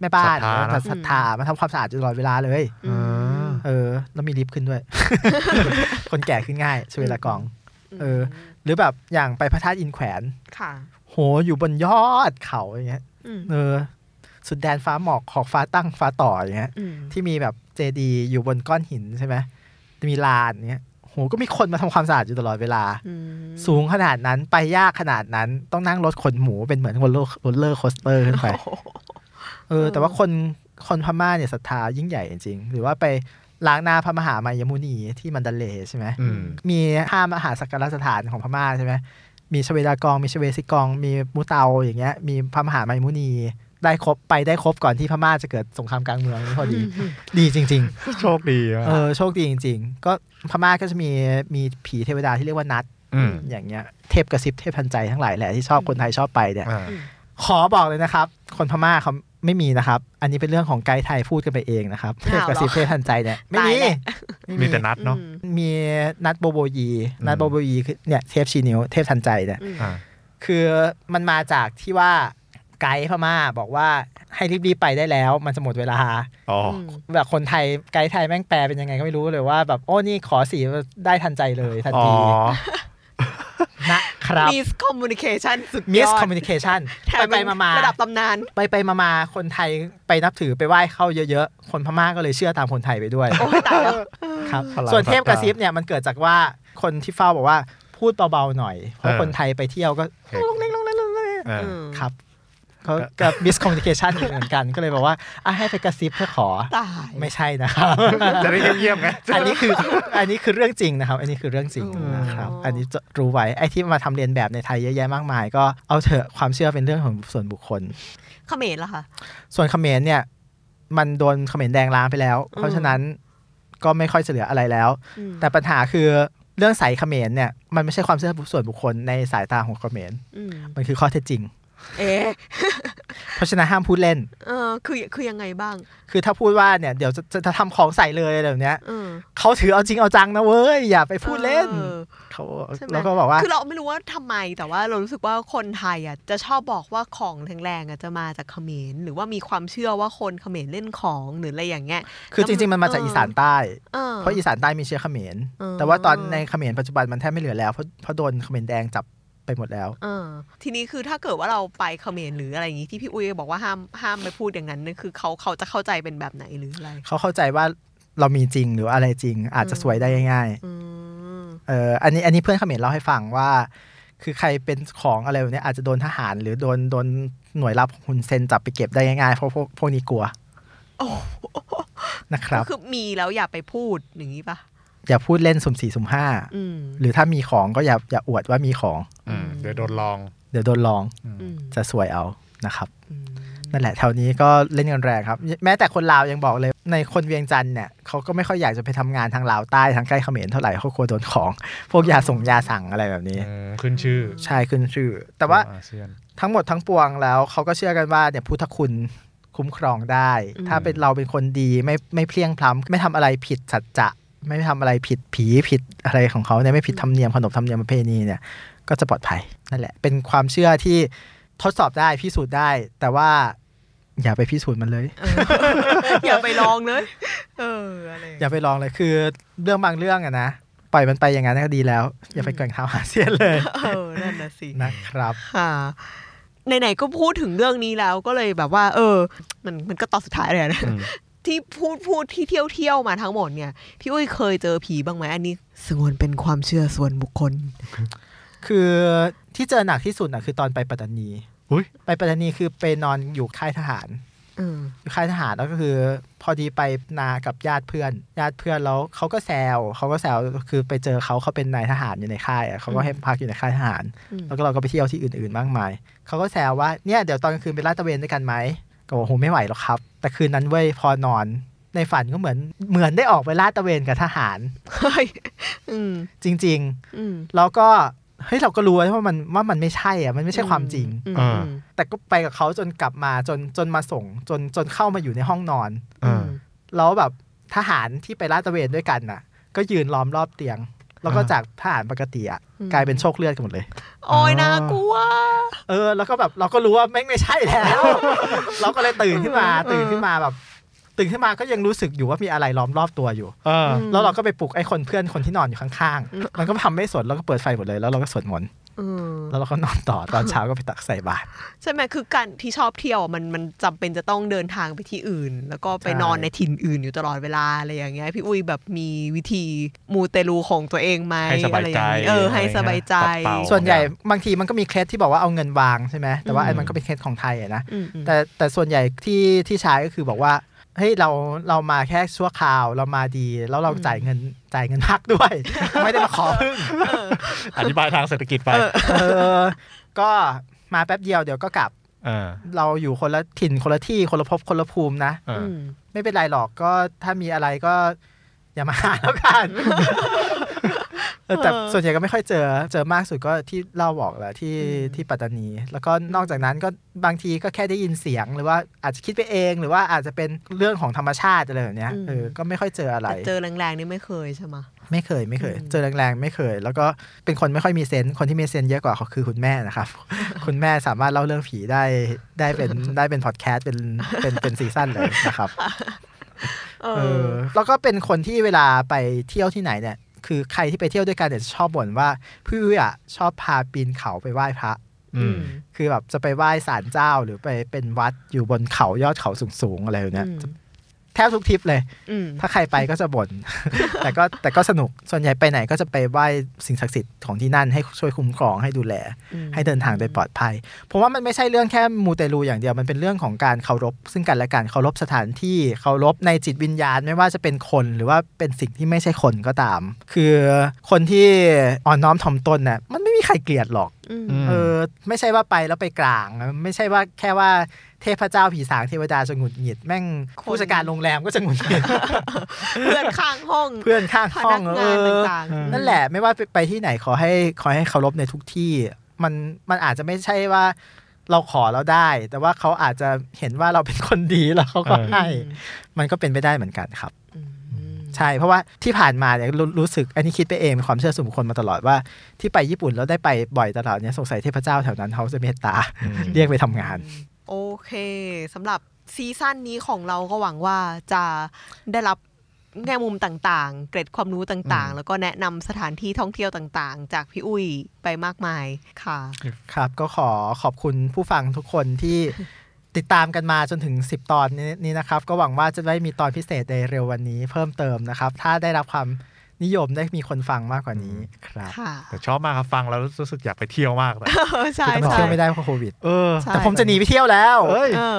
[SPEAKER 2] แม่บ้าน
[SPEAKER 3] ศรัทธานะ
[SPEAKER 2] มาศรัทธามาทำความสะอาดอยู่ตลอดเวลาเลย
[SPEAKER 4] อืม
[SPEAKER 2] เออ แล้วมีลิฟต์ขึ้น ด้วย คนแก่ขึ้นง่ายช่วยละกอง เออ หรือแบบอย่างไปพระธาตุอินแขวน
[SPEAKER 4] ค่ะ
[SPEAKER 2] โหอยู่บนยอดเขาอย่างเงี้ย
[SPEAKER 4] อืม
[SPEAKER 2] เออ สุดแดนฟ้าหมอกขอกฟ้าตั้งฟ้าต่ออย่างเงี้ย
[SPEAKER 4] อืม
[SPEAKER 2] ที่มีแบบเจดีอยู่บนก้อนหินใช่ไหมมีลานเนี้ยโหก็มีคนมาทำความสะอาดอยู่ตลอดเวลา
[SPEAKER 4] อืม
[SPEAKER 2] สูงขนาดนั้นไปยากขนาดนั้นต้องนั่งรถขนหมูเป็นเหมือนคนโลกรถเลอร์โคสเตอร์ขึ้นไป
[SPEAKER 4] โอ้โห
[SPEAKER 2] เออ แต่ว่าคนคนพม่าเนี่ยศรัทธายิ่งใหญ่จริงๆ หรือว่าไปล้างหน้าพระมหามายมุนีที่มันดันเลย์ใช่ไหม
[SPEAKER 3] อืม
[SPEAKER 2] มีห้ามหาสักการสถานของพม่าใช่ไหม มีชเวดากอง มีชเวซิกอง มีมูเตาอย่างเงี้ย มีพระมหาไมายมุนี ได้ครบไปได้ครบก่อนที่พม่าจะเกิดสงครามกลางเมืองนี่พอดี ดีจริง ๆ
[SPEAKER 3] โชคดีอ่ะ
[SPEAKER 2] เออโชคดีจริง ๆ ก็พม่าก็จะมีมีผีเทวดาที่เรียกว่านัด
[SPEAKER 3] อืม
[SPEAKER 2] อย่างเงี้ยเทพกระซิบเทพทันใจทั้งหลายแหละที่ชอบคนไทยชอบไปเนี่ย
[SPEAKER 3] อ่า
[SPEAKER 2] ขอบอกเลยนะครับ คนพม่าเขาไม่มีนะครับ อันนี้เป็นเรื่องของไกด์ไทยพูดกันไปเองนะครับเท
[SPEAKER 4] อ้าว
[SPEAKER 2] พกระซิบเทพทันใจเนี่ยไม่มี
[SPEAKER 4] ตายแล้ว
[SPEAKER 2] ไ
[SPEAKER 3] มีแต่นัดเนาะ
[SPEAKER 4] อืม
[SPEAKER 2] มีนัดโบโบยี นัดโบโบยีคือเนี่ยเทพชีนิวเทพทันใจเนี่ย
[SPEAKER 4] อืม
[SPEAKER 3] อ่า
[SPEAKER 2] คือมันมาจากที่ว่าไกด์พม่าบอกว่าให้รีบๆไปได้แล้ว มันจะหมดเวลา
[SPEAKER 3] อ๋อ
[SPEAKER 2] แบบคนไทยไกด์ไทยแม่งแปลเป็นยังไงก็ไม่รู้เลยว่าแบบโอ้นี่ขอสีได้ทันใจเลยทัน
[SPEAKER 3] อ๋อ
[SPEAKER 2] ทีนะครับ
[SPEAKER 4] Miss Communication สุดย
[SPEAKER 2] มิส
[SPEAKER 4] อ
[SPEAKER 2] คอ
[SPEAKER 4] ด
[SPEAKER 2] มมิวนิเคชัน
[SPEAKER 4] แถ
[SPEAKER 2] ไปไป
[SPEAKER 4] เป็น
[SPEAKER 2] มามา
[SPEAKER 4] ระดับตำนาน
[SPEAKER 2] ไปไปมามาคนไทยไปนับถือไปไหว้เข้าเยอะๆ คนพม่าก็เลยเชื่อตามคนไทยไปด้วย
[SPEAKER 4] โอ้ยตายแล้ว
[SPEAKER 2] ครับ
[SPEAKER 3] พลัง
[SPEAKER 2] ส่วนเทพกระ
[SPEAKER 3] ศรัทธา
[SPEAKER 2] ซิบเนี่ยมันเกิดจากว่าคนที่เฝ้าบอกว่าพูดเบาๆหน่อย เพราะ
[SPEAKER 3] เออ
[SPEAKER 2] คนไทยไปเที่ยวก็ลงเล่นลงเล่นลงเล่น
[SPEAKER 3] เออ
[SPEAKER 2] ครับเขากับมิสคอมมิวนิเคชันเหมือนกันก็เลยบอกว่าอ่ะให้ไปกระซิบเพื่อขอ
[SPEAKER 4] ตาย
[SPEAKER 2] ไม่ใช่นะครับ
[SPEAKER 3] จะได้เยี่ยมๆไง
[SPEAKER 2] อันนี้คืออันนี้คือเรื่องจริงนะครับ อันนี้คือเรื่องจริง
[SPEAKER 4] อืม
[SPEAKER 2] นะครับอันนี้จะรู้ไว้ไอ้ที่มาทำเรียนแบบในไทยเยอะแยะมากมาย ก็เอาเถอะความเชื่อเป็นเรื่องของส่วนบุคคล
[SPEAKER 4] เขมรเหรอคะ
[SPEAKER 2] ส่วนเขมรเนี่ย มันโดนเขมรแดงล้างไปแล้ว เพราะฉะนั้นก็ไม่ค่อยจะเหลืออะไรแล้ว
[SPEAKER 4] อืม
[SPEAKER 2] แต่ปัญหาคือเรื่องสายเขมรเนี่ยมันไม่ใช่ความเชื่อส่วนบุคคลในสายตาของเขมร
[SPEAKER 4] อืม
[SPEAKER 2] มันคือข้อเท็จจริง
[SPEAKER 4] เอ๊ะ
[SPEAKER 2] เพราะฉะนั้นห้ามพูดเล่น
[SPEAKER 4] เออคือคือยังไงบ้าง
[SPEAKER 2] คือถ้าพูดว่าเนี่ยเดี๋ยวจะจะจะทำของใส่เลยอะไรแบบเนี้ย
[SPEAKER 4] เออ
[SPEAKER 2] เขาถือเอาจริงเอาจังนะเว้ยอย่าไปพูดเล่น
[SPEAKER 4] ออ
[SPEAKER 2] เขา
[SPEAKER 4] ใช่ไหม
[SPEAKER 2] แล้วก็บอกว่า
[SPEAKER 4] คือเราไม่รู้ว่าทำไมแต่ว่าเรารู้สึกว่าคนไทยอ่ะจะชอบบอกว่าของแรงๆอ่ะจะมาจากเขมรหรือว่ามีความเชื่อว่าคนเขมรเล่นของหรืออะไรอย่างเงี้ย
[SPEAKER 2] คือจริงๆ มันมาจาก
[SPEAKER 4] เอออี
[SPEAKER 2] อีสานใต้
[SPEAKER 4] เออ
[SPEAKER 2] เพราะอีสานใต้มีเชื้อเขมร
[SPEAKER 4] เออ
[SPEAKER 2] แต่ว่าตอนในเขมรปัจจุบันมันแทบไม่เหลือแล้วเพราะเพราะโดนเขมรแดงจับไปหมดแล้ว
[SPEAKER 4] เออทีนี้คือถ้าเกิดว่าเราไปเขมรหรืออะไรอย่างงี้ที่พี่อุ้ยบอกว่าห้ามห้ามไปพูดอย่างนั้นนั่นคือเขาเขาจะเข้าใจเป็นแบบไหนหรืออะไร
[SPEAKER 2] เขาเข้าใจว่า เรามีจริงหรืออะไรจริง อาจจะสวยได้ง่าย
[SPEAKER 4] อืม
[SPEAKER 2] ๆเอออันนี้อันนี้เพื่อนเขมรเล่าให้ฟังว่า คือใครเป็นของอะไรแบบเนี้ยอาจจะโดนทหารหรือโดนโดนหน่วยรับของคุณเซนจับไปเก็บได้ง่ายๆเพราะพวกพวกนี้กลัวนะครับ
[SPEAKER 4] ก็คือมีแล้วอย่าไปพูดอย่างนี้ปะ
[SPEAKER 2] อย่าพูดเล่นสุ่มสี่สุ่มห้า
[SPEAKER 4] อืม
[SPEAKER 2] หรือถ้ามีของก็อย่าอย่าอวดว่ามีของ
[SPEAKER 3] อืมเดี๋ยวโดนลอง
[SPEAKER 2] เดี๋ยวโดนลอง
[SPEAKER 4] อืม
[SPEAKER 2] จะสวยเอานะครับ
[SPEAKER 4] อืม
[SPEAKER 2] นั่นแหละแถวนี้ก็เล่นกันแรงครับ แม้แต่คนลาวยังบอกเลยในคนเวียงจันทร์เนี่ยเขาก็ไม่ค่อยอยากจะไปทำงานทางลาวใต้ทางใกล้เขมรเท่าไหร่เขากลัวโดนของ พวกยาส่งยาสั่งอะไรแบบนี้
[SPEAKER 3] อืมขึ้นชื่อ
[SPEAKER 2] ใช่ขึ้นชื่อ แต่ว่า
[SPEAKER 3] ของอาเซียน
[SPEAKER 2] ทั้งหมดทั้งปวงแล้วเขาก็เชื่อกันว่าเนี่ยพุทธคุณคุ้มครองได้ ถ้าเป็นเราเป็นคนดีไม่ไม่เพลียงพล้ำไม่ทำอะไรผิดสัจจะไม่ทำอะไรผิดผีผิดอะไรของเขาเนี่ยไม่ผิดธรรมเนียมขนบธรรมเนียมประเพณีเนี่ยก็จะปลอดภัยนั่นแหละ เป็นความเชื่อที่ทดสอบได้พิสูจน์ได้ แต่ว่าอย่าไปพิสูจน์มันเลย
[SPEAKER 4] เอออย่าไปลองเลยเอออะไรอย่าง
[SPEAKER 2] อย่า
[SPEAKER 4] เงี้ย
[SPEAKER 2] ไปลองเลยคือเรื่องบางเรื่องอะนะ ปล่อยมันไปอย่างนั้นก็ดีแล้ว อย่าไปแกว่งเท้าหาเสียนเลย
[SPEAKER 4] เออนั่นน่ะสิ
[SPEAKER 2] นะครับ
[SPEAKER 4] ค่ะไหนๆก็พูดถึงเรื่องนี้แล้วก็เลยแบบว่า เออ มันมันก็ตอนสุดท้ายเลยนะ
[SPEAKER 3] อืม
[SPEAKER 4] ที่พูดพูดที่เที่ยวเที่ยวมาทั้งหมดเนี่ย พี่อุ้ยเคยเจอผีบ้างไหมอันนี้สงวนเป็นความเชื่อส่วนบุคคล
[SPEAKER 2] คือที่เจอหนักที่สุดอะคือตอนไปปัตตานี
[SPEAKER 3] อุ๊ย
[SPEAKER 2] ไปปัตตานีคือไปนอนอยู่ค่ายทหาร
[SPEAKER 4] เออ
[SPEAKER 2] อยู่ค่ายทหารแล้วก็คือ พอดีไปนากับญาติเพื่อน ญาติเพื่อนแล้วเขาก็แซวเขาก็แซวคือไปเจอเขาเขาเป็นนายทหารอยู่ในค่ายอะเขาก็ให้พักอยู่ในค่ายทหาร
[SPEAKER 4] อืม
[SPEAKER 2] แล้วก็เราก็ไปเที่ยวที่อื่นๆมากมายเขาก็แซวว่าเนี่ยเดี๋ยวตอนกลางคืนไปลาดตระเวนด้วยกันไหมก็บอกโหไม่ไหวหรอกครับ แต่คืนนั้นเว้ยพอนอนในฝันก็เหมือนเหมือนได้ออกไปลาดตระเวนกับทหาร
[SPEAKER 4] เฮ้ยอืม
[SPEAKER 2] จริง
[SPEAKER 4] อืม
[SPEAKER 2] ๆ แล้วก็เฮ้ยเราก็รู้ว่ามันว่ามันไม่ใช่อ่ะมันไม่ใช่ความจริง
[SPEAKER 4] อืม
[SPEAKER 3] เออ
[SPEAKER 4] ม
[SPEAKER 2] แต่ก็ไปกับเขาจนกลับมาจนจนมาส่งจนจนเข้ามาอยู่ในห้องนอน
[SPEAKER 3] เออ
[SPEAKER 2] แล้วแบบทหารที่ไปลาดตระเวนด้วยกันน่ะ ก็ยืนล้อมรอบเตียง แล้วก็
[SPEAKER 3] อ่า
[SPEAKER 2] จากทหารปกติอ่ะกลายเป็นโชคเลือดกันหมดเลย
[SPEAKER 4] โอ้ยน่ากลัว
[SPEAKER 2] เออ แล้วก็แบบเราก็รู้ว่าแม่งไม่ใช่แล้ว เราก็เลยตื่นขึ้นมา
[SPEAKER 4] เออ
[SPEAKER 2] ตื่นขึ้นมาแบบ ตื่นขึ้นมาก็ยังรู้สึกอยู่ว่ามีอะไรล้อมรอบตัวอยู่
[SPEAKER 3] เออ
[SPEAKER 2] แล้วเราก็ไปปลุกไอ้คนเพื่อนคนที่นอนอยู่ข้างๆ มันก็ทำไม่สนแล้วก็เปิดไฟหมดเลยแล้วเราก็สวดมนต์
[SPEAKER 4] เออ
[SPEAKER 2] แล้วเราก็นอนต่อตอนเช้าก็ไปตักใส่บาตร
[SPEAKER 4] ใช่ไหมคือการที่ชอบเที่ยวอะมันมันจำเป็นจะต้องเดินทางไปที่อื่น แล้วก็ไป
[SPEAKER 2] ใช่
[SPEAKER 4] นอนในถิ่นอื่นอยู่ตลอดเวลาอะไรอย่างเงี้ยพี่อุ้ยแบบมีวิธีมูเตลูของตัวเองไหม
[SPEAKER 3] ให้สบายใจ
[SPEAKER 4] อะไรองเงี้เออให้สบายใจ
[SPEAKER 3] ปัดเป่า
[SPEAKER 2] ส่วนใหญ่บางทีมันก็มีเคล็ดที่บอกว่าเอาเงินวางใช่ไหมแต่ว่าไอ้มันก็เป็นเคล็ดของไทยอะนะ
[SPEAKER 4] อืมอืม
[SPEAKER 2] แต่แต่ส่วนใหญ่ที่ที่ใช้ก็คือบอกว่าเฮ้ยเราเรามาแค่ชั่วคราวเรามาดี แล้วเราจ่ายเงินจ่ายเงินพักด้วย ไม่ได้มาขอพึ่ง
[SPEAKER 3] อธิบายทางเศรษฐกิจไป
[SPEAKER 2] เออ ก็มาแป๊บเดียวเดี๋ยวก็กลับ
[SPEAKER 3] เออ
[SPEAKER 2] เราอยู่คนละถิ่นคนละที่คนละภพคนละภูมินะ
[SPEAKER 3] เออ
[SPEAKER 4] อืม
[SPEAKER 2] ไม่เป็นไรหรอกก็ถ้ามีอะไรก็ อย่ามาหาแล้ว กันเออแต่ส่วนใหญ่ก็ไม่ค่อยเจอ เจอมากสุดก็ที่เล่าบอกแหละที่ที่ปัตตานี แล้วก็นอกจากนั้นก็บางทีก็แค่ได้ยินเสียง หรือว่าอาจจะคิดไปเองหรือว่าอาจจะเป็นเรื่องของธรรมชาติอะไรแบบเนี้ยเออก็ไม่ค่อยเจออะไร
[SPEAKER 4] แต่เจอแรงๆนี่ไม่เคยใช่ไหม
[SPEAKER 2] ไม่เคยไม่เคย
[SPEAKER 4] อืม
[SPEAKER 2] เจอแรงๆไม่เคย แล้วก็เป็นคนไม่ค่อยมีเซนส์คนที่มีเซนส์เยอะกว่าเขาคือคุณแม่นะครับ คุณแม่สามารถเล่าเรื่องผีได้ได้เป็นได้เป็นพอดแคสต์เป็นเป็นเป็นซีซั่นเลยนะครับ
[SPEAKER 4] เอ
[SPEAKER 2] เออแล้วก็เป็นคนที่เวลาไปเที่ยวที่ไหนเนี่ย คือใครที่ไปเที่ยวด้วยกันเนี่ยจะชอบบ่นว่าพี่วิอ่ะชอบพาปีนเขาไปไหว้พระ
[SPEAKER 3] อืม
[SPEAKER 2] คือแบบจะไปไหว้ศาลเจ้าหรือไปเป็นวัดอยู่บนเขายอดเขาสูงๆอะไรอย่าง
[SPEAKER 4] อื
[SPEAKER 2] เนี้ย
[SPEAKER 4] ม
[SPEAKER 2] แทบทุกทริปเลย
[SPEAKER 4] อืม
[SPEAKER 2] ถ้าใครไปก็จะบ่น แต่ก็แต่ก็สนุกส่วนใหญ่ไปไหนก็จะไปไหว้สิ่งศักดิ์สิทธิ์ของที่นั่นให้ช่วยคุ้มครองให้ดูแล
[SPEAKER 4] อืม
[SPEAKER 2] ให้เดินทางโดยปลอดภัย ผมว่ามันไม่ใช่เรื่องแค่มูเตลูอย่างเดียว มันเป็นเรื่องของการเคารพ ซึ่งกันและกัน เคารพสถานที่ เคารพในจิตวิญญาณ ไม่ว่าจะเป็นคนหรือว่าเป็นสิ่งที่ไม่ใช่คนก็ตาม คือคนที่อ่อนน้อมถ่อมตนน่ะ มันไม่มีใครเกลียดหรอก
[SPEAKER 4] อืม
[SPEAKER 3] ม
[SPEAKER 2] เออ ไม่ใช่ว่าไปแล้วไปกลาง ไม่ใช่ว่าแค่ว่าเทพเจ้าผีสางเทวดาจะหงุดหงิด แม่ง
[SPEAKER 4] คน
[SPEAKER 2] ผู้จัดการโรงแรมก็จะหงุดหงิด
[SPEAKER 4] เพื่อนข้างห้อง
[SPEAKER 2] เพื่อนข้าง
[SPEAKER 4] พ
[SPEAKER 2] ห้อ
[SPEAKER 4] นั
[SPEAKER 2] ง
[SPEAKER 4] ก
[SPEAKER 2] เอง
[SPEAKER 4] าน
[SPEAKER 2] อ
[SPEAKER 4] ต่าง
[SPEAKER 3] เออ
[SPEAKER 4] ๆ
[SPEAKER 2] นั่นแหละไม่ว่าไปไปที่ไหนขอให้ขอให้เคารพในทุกที่ มันมันอาจจะไม่ใช่ว่าเราขอแล้วได้ แต่ว่าเขาอาจจะเห็นว่าเราเป็นคนดี แล้วเขาก็
[SPEAKER 3] เออ
[SPEAKER 2] ให้มันก็เป็นไปได้เหมือนกันครับ
[SPEAKER 4] อืม
[SPEAKER 2] ใช่เพราะว่าที่ผ่านมาเนี่ยรู้รู้สึกอันนี้คิดไปเองเป็นความเชื่อส่วนบุคคลมาตลอดว่าที่ไปญี่ปุ่นแล้วได้ไปบ่อยตลอดเนี่ยสงสัยเทพเจ้าแถวนั้นเขาจะเมตตา เรียกไปทำงาน
[SPEAKER 4] โอเคสำหรับซีซั่นนี้ของเราก็หวังว่าจะได้รับแง่มุมต่างๆ เกร็ดความรู้ต่าง
[SPEAKER 2] อื
[SPEAKER 4] ๆ
[SPEAKER 2] ม
[SPEAKER 4] แล้วก็แนะนำสถานที่ท่องเที่ยวต่างๆ จากพี่อุ้ยไปมากมายค่ะ
[SPEAKER 2] ครับ ก็ขอขอบคุณผู้ฟังทุกคนที่ ติดตามกันมาจนถึง 10 ตอนนี้นี้นะครับ ก็หวังว่าจะได้มีตอนพิเศษในเร็ววันนี้เพิ่มเติมนะครับ ถ้าได้รับความนิยมได้มีคนฟังมากกว่านี้ครับ
[SPEAKER 4] ค่ะ
[SPEAKER 3] แต่ชอบมากครับฟังแล้วรู้สึกอยากไปเที่ยวมากเลย
[SPEAKER 4] เออใช่
[SPEAKER 2] แต่มัน
[SPEAKER 4] ใช่
[SPEAKER 2] เที่ยวไม่ได้เพราะโควิด
[SPEAKER 3] เออ
[SPEAKER 4] ใช่
[SPEAKER 2] แต่ผมจะหนีไปเที่ยวแล้ว
[SPEAKER 3] เอ้ย
[SPEAKER 4] เออ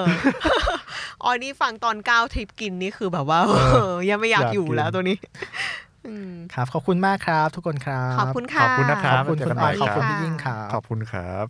[SPEAKER 4] อ๋อนี่ฟังตอนก้าวทริปกินนี่คือแบบว่า
[SPEAKER 3] เออ
[SPEAKER 4] ยังไม่อยากอยู่แล้
[SPEAKER 2] อ
[SPEAKER 4] ว
[SPEAKER 2] ยากกิน
[SPEAKER 4] ตัวนี้อืม
[SPEAKER 2] ครับ ขอบคุณมากครับ ทุกคนครับ
[SPEAKER 4] ขอบคุณค่ะ
[SPEAKER 3] ขอบคุณนะค
[SPEAKER 2] ข
[SPEAKER 3] รั
[SPEAKER 2] อบ บคุณคุณอ้อย
[SPEAKER 3] ข
[SPEAKER 2] ข
[SPEAKER 3] อ
[SPEAKER 2] อ
[SPEAKER 3] บบ คุ
[SPEAKER 2] คุณ ณ
[SPEAKER 3] ครับ
[SPEAKER 2] พี่ยิ่งครับ
[SPEAKER 3] ขอบคุณครับ